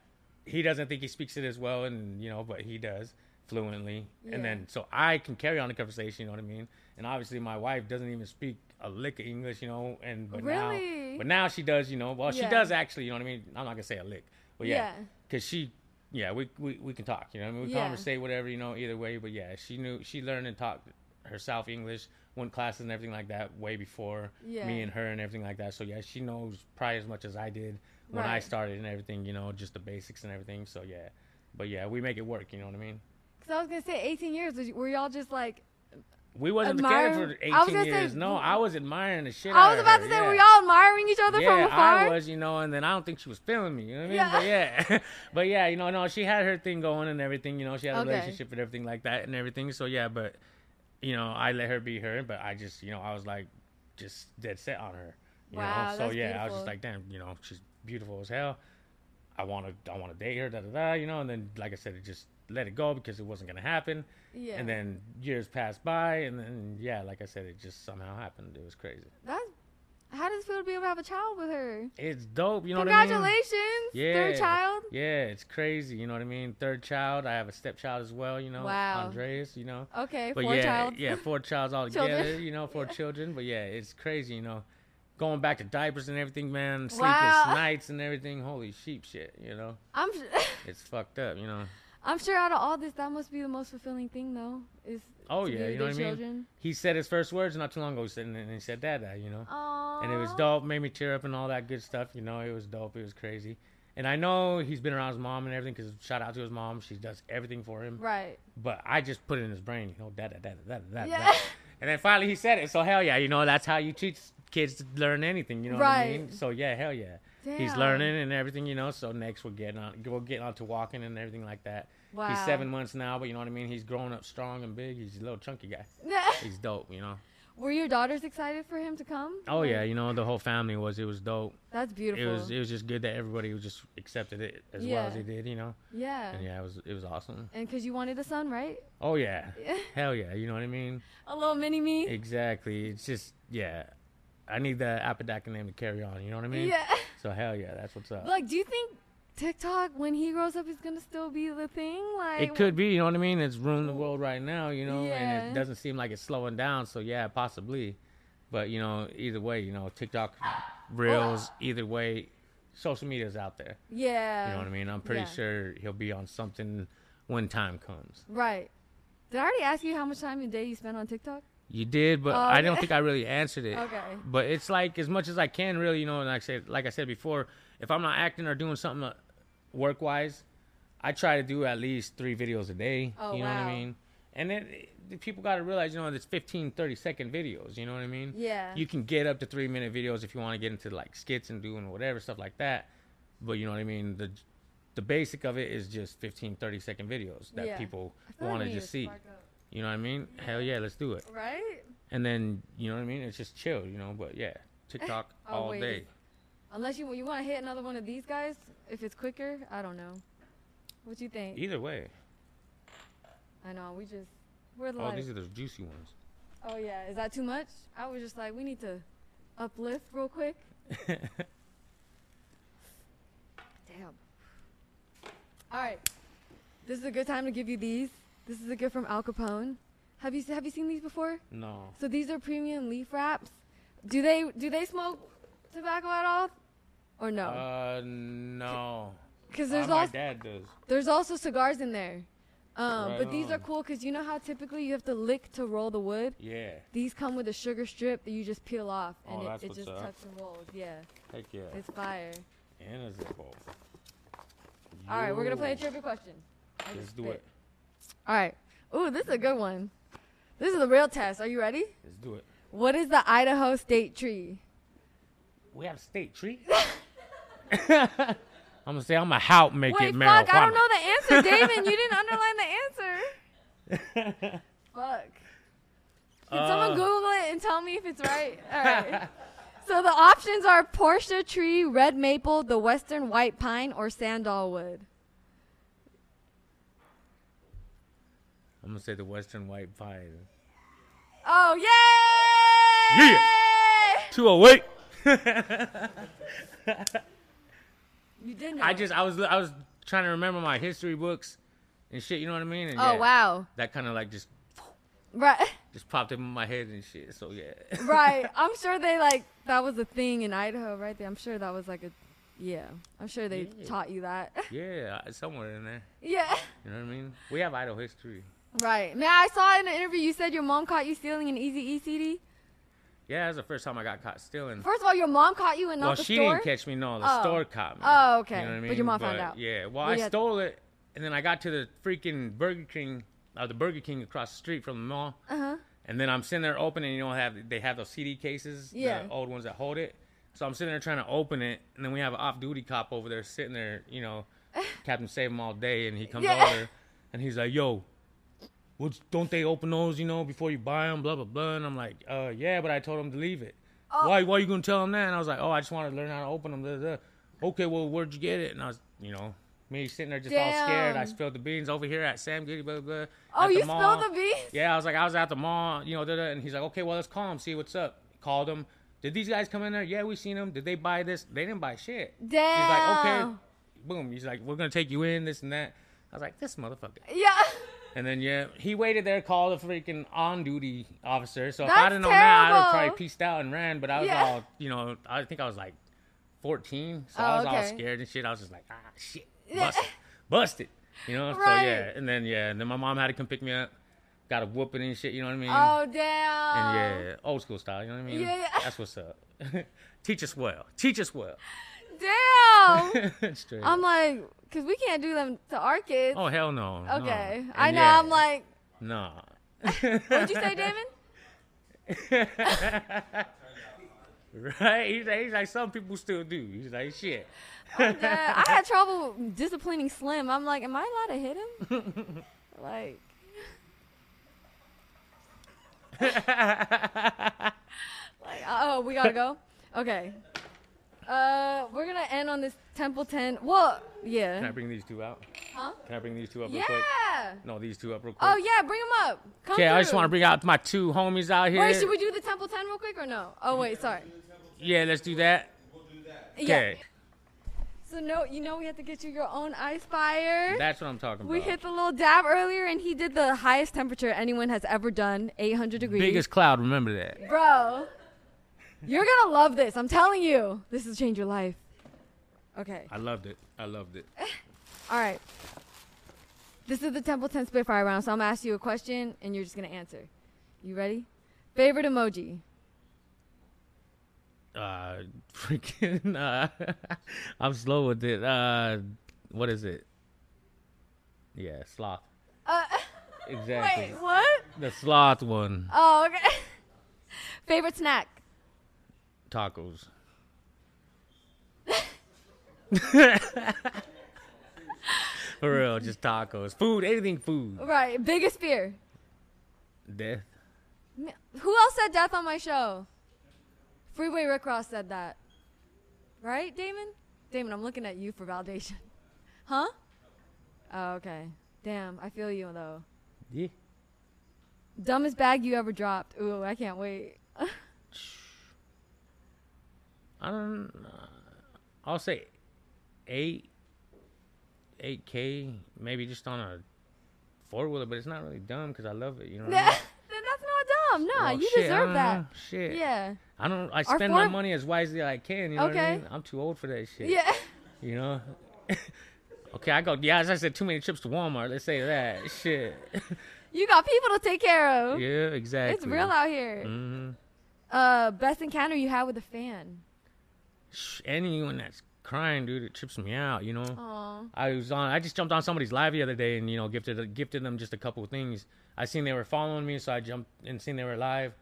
he doesn't think he speaks it as well, and you know, but he does fluently.
Yeah.
And then so I can carry on the conversation. You know what I mean? And obviously, my wife doesn't even speak a lick of English. You know, and but
Really?
now but now she does. You know, well
Yeah.
she does actually. You know what I mean? I'm not gonna say a lick, but yeah,
Yeah.
because she. Yeah, we, we we can talk. You know, what I mean, we
Yeah.
conversate say whatever you know either way but yeah she knew she learned and taught herself english went classes and everything like that way before
Yeah.
me and her and everything like that so yeah she knows probably as much as i did when i
Right.
started and everything you know just the basics and everything so yeah but yeah we make it work you know what i mean
Because I was gonna say, 18 years. was- Were y'all just like?
we wasn't
Admire-
together for
I was
18
gonna say-
years no i was admiring the shit
I was
out of
about
her,
to say,
yeah.
were y'all admiring each other from
yeah,
afar?
I was, you know, and then I don't think she was feeling me, you know what I mean? But yeah, but yeah, you know, no, she had her thing going and everything, you know, she had a
Okay.
relationship and everything like that and everything. So yeah, but you know, I let her be her, but I just, you know, I was like, just dead set on her, you
Wow,
know. So
that's
yeah, I was
beautiful.
just like, damn, you know, she's beautiful as hell. I want to, I want to date her, da da da, you know. And then, like I said, it just let it go because it wasn't gonna happen.
Yeah.
And then years passed by, and then yeah, like I said, it just somehow happened. It was crazy.
That's. How does it feel to be able to have a child with her?
It's dope, you know. what I mean?
Congratulations, third child.
Yeah, it's crazy. You know what I mean? Third child. I have a stepchild as well. You know,
Wow.
Andreas. You know.
Okay,
But
four
yeah,
child.
yeah, four childs all
Children.
together. You know, four children. But yeah, it's crazy. You know, going back to diapers and everything, man. Sleepless
Wow.
nights and everything. Holy sheep shit. You know,
I'm. Sh-
it's fucked up. You know.
I'm sure out of all this, that must be the most fulfilling thing, though. Is
Oh
to be
yeah,
with
you know
your
what I mean.
children.
He said his first words not too long ago. He said, and he said, "Dada," you know.
Aww.
and it was dope. Made me tear up and all that good stuff. You know, it was dope. It was crazy. And I know he's been around his mom and everything. Cause shout out to his mom, she does everything for him.
Right.
But I just put it in his brain, you know, da da da da da da.
Yeah.
da. And then finally he said it. So hell yeah, you know, that's how you teach kids to learn anything. You know what I mean?
Right.
So yeah, hell yeah. He's
Damn.
learning and everything, you know. So next we're getting on, we're getting on to walking and everything like that.
Wow.
He's seven months now, but you know what I mean. He's growing up strong and big. He's a little chunky guy. He's dope, you know.
Were your daughters excited for him to come?
Oh yeah, you know the whole family was. It was dope.
That's beautiful.
it was it was just good that everybody was just accepted it as well as
Yeah.
they did, you know.
yeah.
And yeah, it was it was awesome.
And because you wanted a son, right?
Oh yeah, hell yeah, you know what I mean?
A little mini me.
Exactly. It's just yeah, I need that Apodaca name to carry on. You know what I mean?
Yeah.
So hell yeah, that's what's up.
Like, do you think TikTok, when he grows up, is gonna still be the thing? Like,
it could be, you know what I mean? It's ruining the world right now, you know,
Yeah.
and it doesn't seem like it's slowing down. So yeah, possibly, but you know, either way, you know, TikTok, Reels, either way, social media's out there.
Yeah.
You know what I mean? I'm pretty
Um, Yeah.
sure he'll be on something when time comes.
Right. Did I already ask you how much time a day you spend on TikTok?
You did, but I don't think I really answered it.
Okay.
But it's like as much as I can, really, you know. And like I said, like I said before, if I'm not acting or doing something work wise, I try to do at least three videos a day.
Oh,
you know what
wow.
I mean? And then eh, the people got to realize, you know, it's 15, 30 second videos. You know what I mean?
Yeah.
You can get up to three minute videos if you want to get into like skits and doing whatever stuff like that. But you know what I mean? The the basic of it is just 15, 30 second videos that
Yeah.
people
I feel like we
want to
need to
just see.
spark up.
You know what I mean? Hell yeah, let's do it
Right.
and then you know what I mean. It's just chill, you know. But yeah, TikTok
I'll
all
wait.
day.
Unless you you want to hit another one of these guys, if it's quicker, I don't know. What you think?
Either way,
I know we just we're the
oh,
lighter.
these are the juicy ones.
Oh yeah, is that too much? I was just like, we need to uplift real quick. Damn. All right, this is a good time to give you these. This is a gift from Al Capone. Have you have you seen these before?
No,
So these are premium leaf wraps. Do they do they smoke tobacco at all? Or no?
Uh, no.
Because
Uh,
there's
my
also
dad does.
there's also cigars in there. Um,
Right
but these are
on.
cool because you know how typically you have to lick to roll the wood.
Yeah.
These come with a sugar strip that you just peel off and
Oh,
it,
that's
it
what's
just
up.
tucks and rolls. Yeah,
Heck yeah.
it's fire.
and a zip bowl.
All right, we're gonna play a
Yo.
trivia question. I
Let's
just
do
spit.
it.
All right. Ooh, this is a good one. This is a real test. Are you ready?
Let's do it.
What is the Idaho state tree?
We have state tree. I'm gonna say I'm a how make
Wait,
it
fuck!
marijuana.
I don't know the answer, Damon. you didn't underline the answer. fuck.
Uh.
Can someone Google it and tell me if it's right? All right. so the options are Portia tree, red maple, the western white pine, or sandalwood.
I'm gonna say the Western White Pine.
Oh yay!
Yeah. 208.
You didn't.
I just I was I was trying to remember my history books and shit. You know what I mean? And
Oh
yeah,
wow.
That kind of like just
Right.
just popped up in my head and shit. So yeah.
right. I'm sure they like that was a thing in Idaho, right there. I'm sure that was like a, yeah. I'm sure they
Yeah.
taught you that.
yeah, it's somewhere in there.
yeah.
You know what I mean? We have Idaho history.
Right. Man, I saw in an interview you said your mom caught you stealing an Easy E CD.
Yeah, that's the first time I got caught stealing.
First of all, your mom caught you and not
well,
the
she
store.
didn't catch me. No, the
Oh.
store caught me.
Oh, okay.
You know what I
But
mean?
your mom found out.
Yeah. Well,
Well,
I
you had-
stole it, and then I got to the freaking Burger King, uh, the Burger King across the street from the mall. Uh-huh. And then I'm sitting there opening. You know, have they have those CD cases?
Yeah.
The old ones that hold it. So I'm sitting there trying to open it, and then we have an off-duty cop over there sitting there. You know, Captain Save him all day, and he comes
Yeah.
over, and he's like, "Yo." What's, don't they open those, you know, before you buy them, blah, blah, blah. And I'm like, uh, yeah, but I told them to leave it.
Oh.
Why, why you going to tell them that? And I was like, oh, I just want to learn how to open them. Blah, blah, blah. Okay, well, where'd you get it? And I was, you know, me sitting there just all scared. I
Damn.
spilled the beans over here at Sam Goody, blah, blah, blah.
Oh,
at the
you spilled
mall.
the beans?
Yeah, I was like, I was at the mall, you know, da, da, and he's like, okay, well, let's call him, see what's up. Called him. Did these guys come in there? Yeah, we seen them. Did they buy this? They didn't buy shit. He's like, okay,
Damn.
boom. He's like, we're going to take you in, this and that. I was like, this motherfucker.
yeah.
And then yeah, he waited there, called a freaking on-duty officer. So if I
That's
didn't know that, I would have
terrible.
probably pieced out and ran. But I was
Yeah.
all, you know, I think I was like 14, so
Oh,
I was all
okay.
scared and shit. I was just like, ah, shit, busted, busted. You know,
Right.
so yeah. And then yeah, and then my mom had to come pick me up, got a whooping and shit. You know what I mean?
Oh damn.
And yeah, old school style. You know what I mean?
Yeah, yeah.
That's what's up. Teach us well. Teach us well.
Damn.
Straight
I'm
up.
like, cause we can't do them to our kids.
oh hell no. no.
okay.
And
I know.
yeah,
I'm like,
nah.
what'd you say, Damon?
Right? He's like, he's like, some people still do. He's like, shit.
Yeah, Uh, I had trouble disciplining Slim. I'm like, am I allowed to hit him? like, like, oh, we gotta go. Okay. Uh, we're gonna end on this Temple Ten. Well,
Can I
yeah.
bring these two out? Huh? Can I bring these two up real quick?
Yeah.
No, these two up real quick.
Oh yeah, bring him up. Come
Okay, I just want to
through.
bring out my two homies out here.
Wait, should we do the Temple Ten real quick or no? Oh wait, sorry.
Yeah, let's do that.
Yeah.
Okay.
So no, you know we have to get you your own ice fire.
That's what I'm talking
We
about.
hit the little dab earlier, and he did the highest temperature anyone has ever done, 800 degrees.
Biggest cloud, remember that.
Bro, you're gonna love this. I'm telling you, this will change your life. Okay.
I loved it. I loved it.
All right. This is the Temple 10 Spitfire round, so I'm gonna ask you a question, and you're just gonna answer. You ready? Favorite emoji?
Uh, freaking, uh, I'm slow with it. Uh, what is it? Yeah, sloth.
Uh,
Exactly.
wait, what?
The sloth one.
Oh, okay. Favorite snack?
Tacos. For real, just tacos. Food, anything food.
Right. Biggest fear?
Death.
M- Who else said death on my show? Freeway Rick Ross said that. Right, Damon? Damon, I'm looking at you for validation. Huh? Oh, okay. Damn, I feel you though.
Yeah.
Dumbest bag you ever dropped. Ooh, I can't wait.
I don't. Uh, I'll say eight, eight k, maybe just on a four wheeler, but it's not really dumb because I love it. You know. What I
then
mean?
that's not dumb. Nah,
Well,
you
Oh, shit, I
deserve
don't
that.
know. Shit.
Yeah.
I don't. I spend my
form-
money as wisely as I can. You know what I
Okay.
mean? I'm too old for that shit.
Yeah.
You know. okay, I go. Yeah, as I said, too many trips to Walmart. Let's say that shit.
You got people to take care of.
yeah, exactly. Mm-hmm.
It's real out here. Uh, best encounter you had with a fan.
Sh- Anyone that's crying, dude, it trips me out. You know.
Aw.
I was on. I just jumped on somebody's live the other day, and you know, gifted gifted them just a couple of things. I seen they were following me, so I jumped and seen they were live,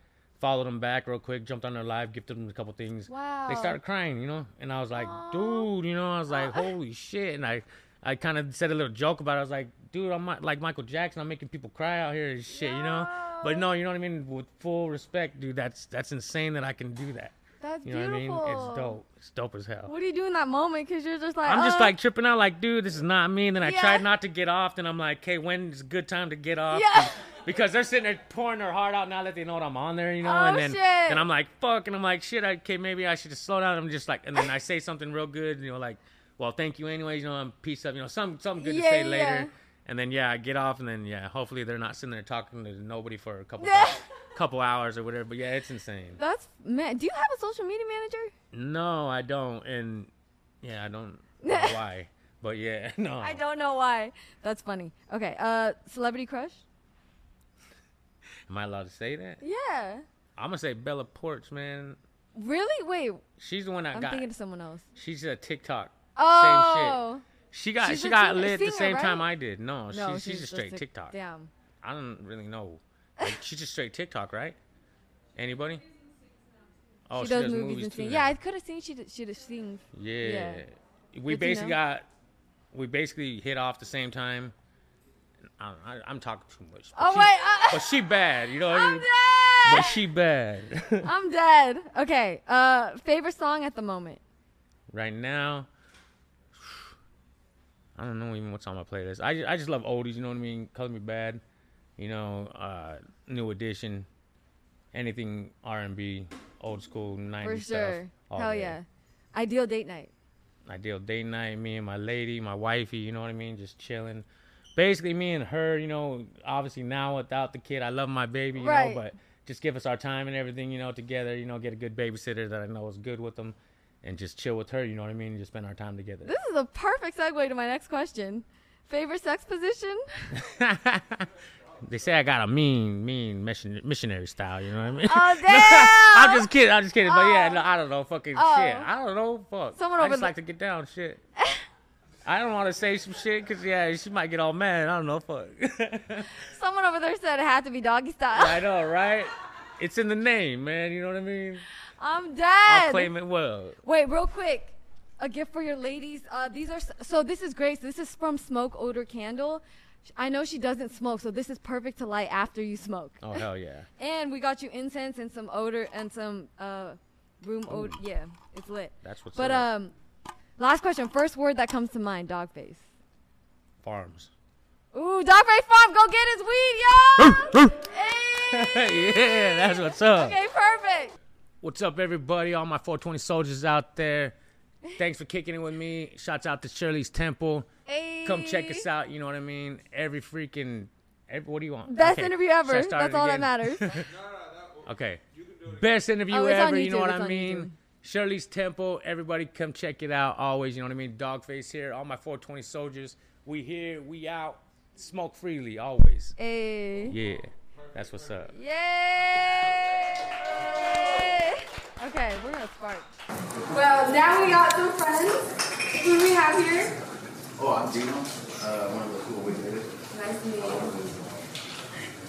followed them back real quick, jumped on their live, gifted them a couple of things.
Wow.
They started crying, you know, and I was like, dude, you know, I was like, holy shit, and I, I kind of said a little joke about it. I was like, dude, I'm not- like Michael Jackson, I'm making people cry out here and shit, you know. But no, you know what I mean. With full respect, dude, that's that's insane that I can do that.
That's
You know
beautiful.
what I mean? It's dope. It's dope as hell.
What do you do in that moment? Because you're just like,
I'm just
uh,
like tripping out, like, dude, this is not me. And then I
Yeah.
tried not to get off. Then I'm like, hey, when's a good time to get off?
Yeah.
Because they're sitting there pouring their heart out now that they know that I'm on there, you know.
Oh,
and then
shit.
and I'm like, fuck. And I'm like, shit. Okay, maybe I should just slow down. I'm just like, and then I say something real good, you know, like, well, thank you anyways. You know, I'm peace up. You know, some something good
Yeah,
to say
yeah.
later. And then yeah, I get off, and then yeah, hopefully they're not sitting there talking to nobody for a couple
Yeah.
couple hours or whatever. But yeah, it's insane.
that's man. Do you have a social media manager?
No, I don't. And yeah, I don't know why. But yeah, no.
I don't know why. That's funny. Okay. Uh, celebrity crush.
Am I allowed to say that?
Yeah.
I'm gonna say Bella Porch, man.
Really? Wait.
She's the one I
I'm
got.
thinking of someone else.
She's a TikTok.
Oh.
Same shit. She got
She's
she
a
got
singer-
lit the
singer,
same
right?
time I did. No,
No,
she's, she's a straight
tic-
TikTok.
Damn.
I don't really know. Like, she's just straight TikTok, right? Anybody? Oh,
she, does, movies, and sings. Yeah,
now.
I could have seen she did, she did sing.
Yeah.
Good
We
to
basically
know.
got we basically hit off the same time. I don't, I, I'm talking too much. but
Oh,
she-
wait, uh,
but she bad, you know. what I
I'm
mean?
dead.
But she bad.
I'm dead. Okay. Uh, favorite song at the moment.
right now i don't know even what's on my playlist i, ju- I just love oldies you know what i mean color me bad you know uh new edition anything r&b old school 90s
For
stuff
sure.
all
Hell
day.
yeah. Ideal date night.
ideal date night me and my lady my wifey you know what i mean just chilling basically me and her you know obviously now without the kid i love my baby you
Right.
know but just give us our time and everything you know together you know get a good babysitter that i know is good with them and just chill with her you know what i mean just spend our time together
This is a perfect segue to my next question. Favorite sex position?
They say I got a mean, mean mission, missionary style. You know what I mean?
Oh,
No, I'm
damn!
just kidding. I'm just kidding. But yeah, no, I don't know. Fucking shit.
Oh.
I don't know. Fuck.
Someone
I
over
just
the-
like to get down. Shit. I don't want to say some shit because yeah, she might get all mad. I don't know. Fuck.
Someone over there said it had to be doggy style.
I know, right? It's in the name, man. You know what I mean?
I'm
I'll
dead.
claim it well.
Wait, real quick. A gift for your ladies. Uh, these are s- so. This is Grace. This is from Smoke Odor Candle. Sh- I know she doesn't smoke, so this is perfect to light after you smoke.
Oh hell yeah.
And we got you incense and some odor and some uh, room odor. Yeah, it's lit.
That's what's
But
up.
um, last question. First word that comes to mind. Dog face.
Farms.
Ooh, Dog Ray Farm, go get his weed, y'all! Hey.
yeah, that's what's up.
Okay, perfect.
What's up, everybody? All my 420 soldiers out there. Thanks for kicking it with me. Shouts out to Shirley's Temple.
Hey.
Come check us out. You know what I mean? Every freaking. Every, what do you want?
Best
Okay,
interview
should I
ever.
start
That's
it
all that
again?
matters.
Okay. Best interview
Oh, it's on
ever. You know
YouTube,
what
it's on
I
YouTube.
mean? Shirley's Temple. Everybody come check it out always. You know what I mean? Dogface here. All my 420 soldiers. We here. We out. Smoke freely always.
hey.
Yeah. That's what's up.
Yay! Okay, we're gonna spark. Well, now we got some friends. Who do we have here?
Oh, I'm Dino, uh, one of the cool wingmen,
Nice to meet you.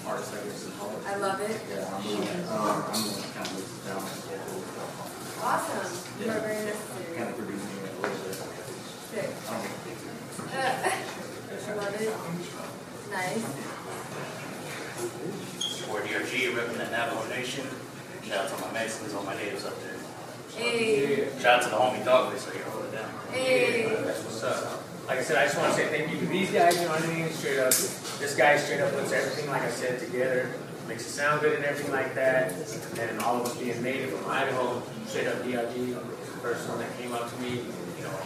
artists, I guess, in Hollywood.
I love it.
Yeah, I'm the um, I'm the kind of looks down at
Awesome. You are very
the
necessary.
kind of producing it a little bit.
Sick.
I don't think
I love it. Nice.
for DRG, representing Navajo Nation. Shout out to my Mexicans, all my natives up there.
Hey.
Shout out to the homie Dogface right here, hold it down.
Hey.
That's what's up. Like I said, I just want to say thank you to these guys, you know what I mean? Straight up, this guy straight up puts everything, like I said, together, makes it sound good and everything like that. And all of us being native from Idaho, straight up DRG, the first one that came up to me, you know.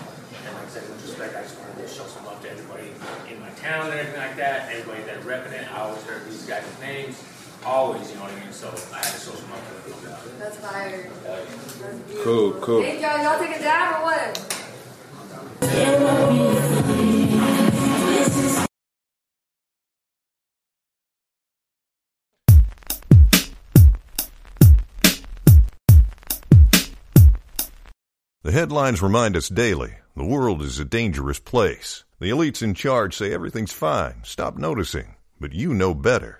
And like I said, with respect, I just wanted to show some love to everybody in my town and everything like that. Everybody that repping it, I always heard these guys' names. always, you know what I mean? So I had to social my no doubt.
That's fire. That's beautiful.
Cool, cool.
Thank y'all. Y'all take a dab or what?
The headlines remind us daily the world is a dangerous place. The elites in charge say everything's fine, stop noticing. But you know better.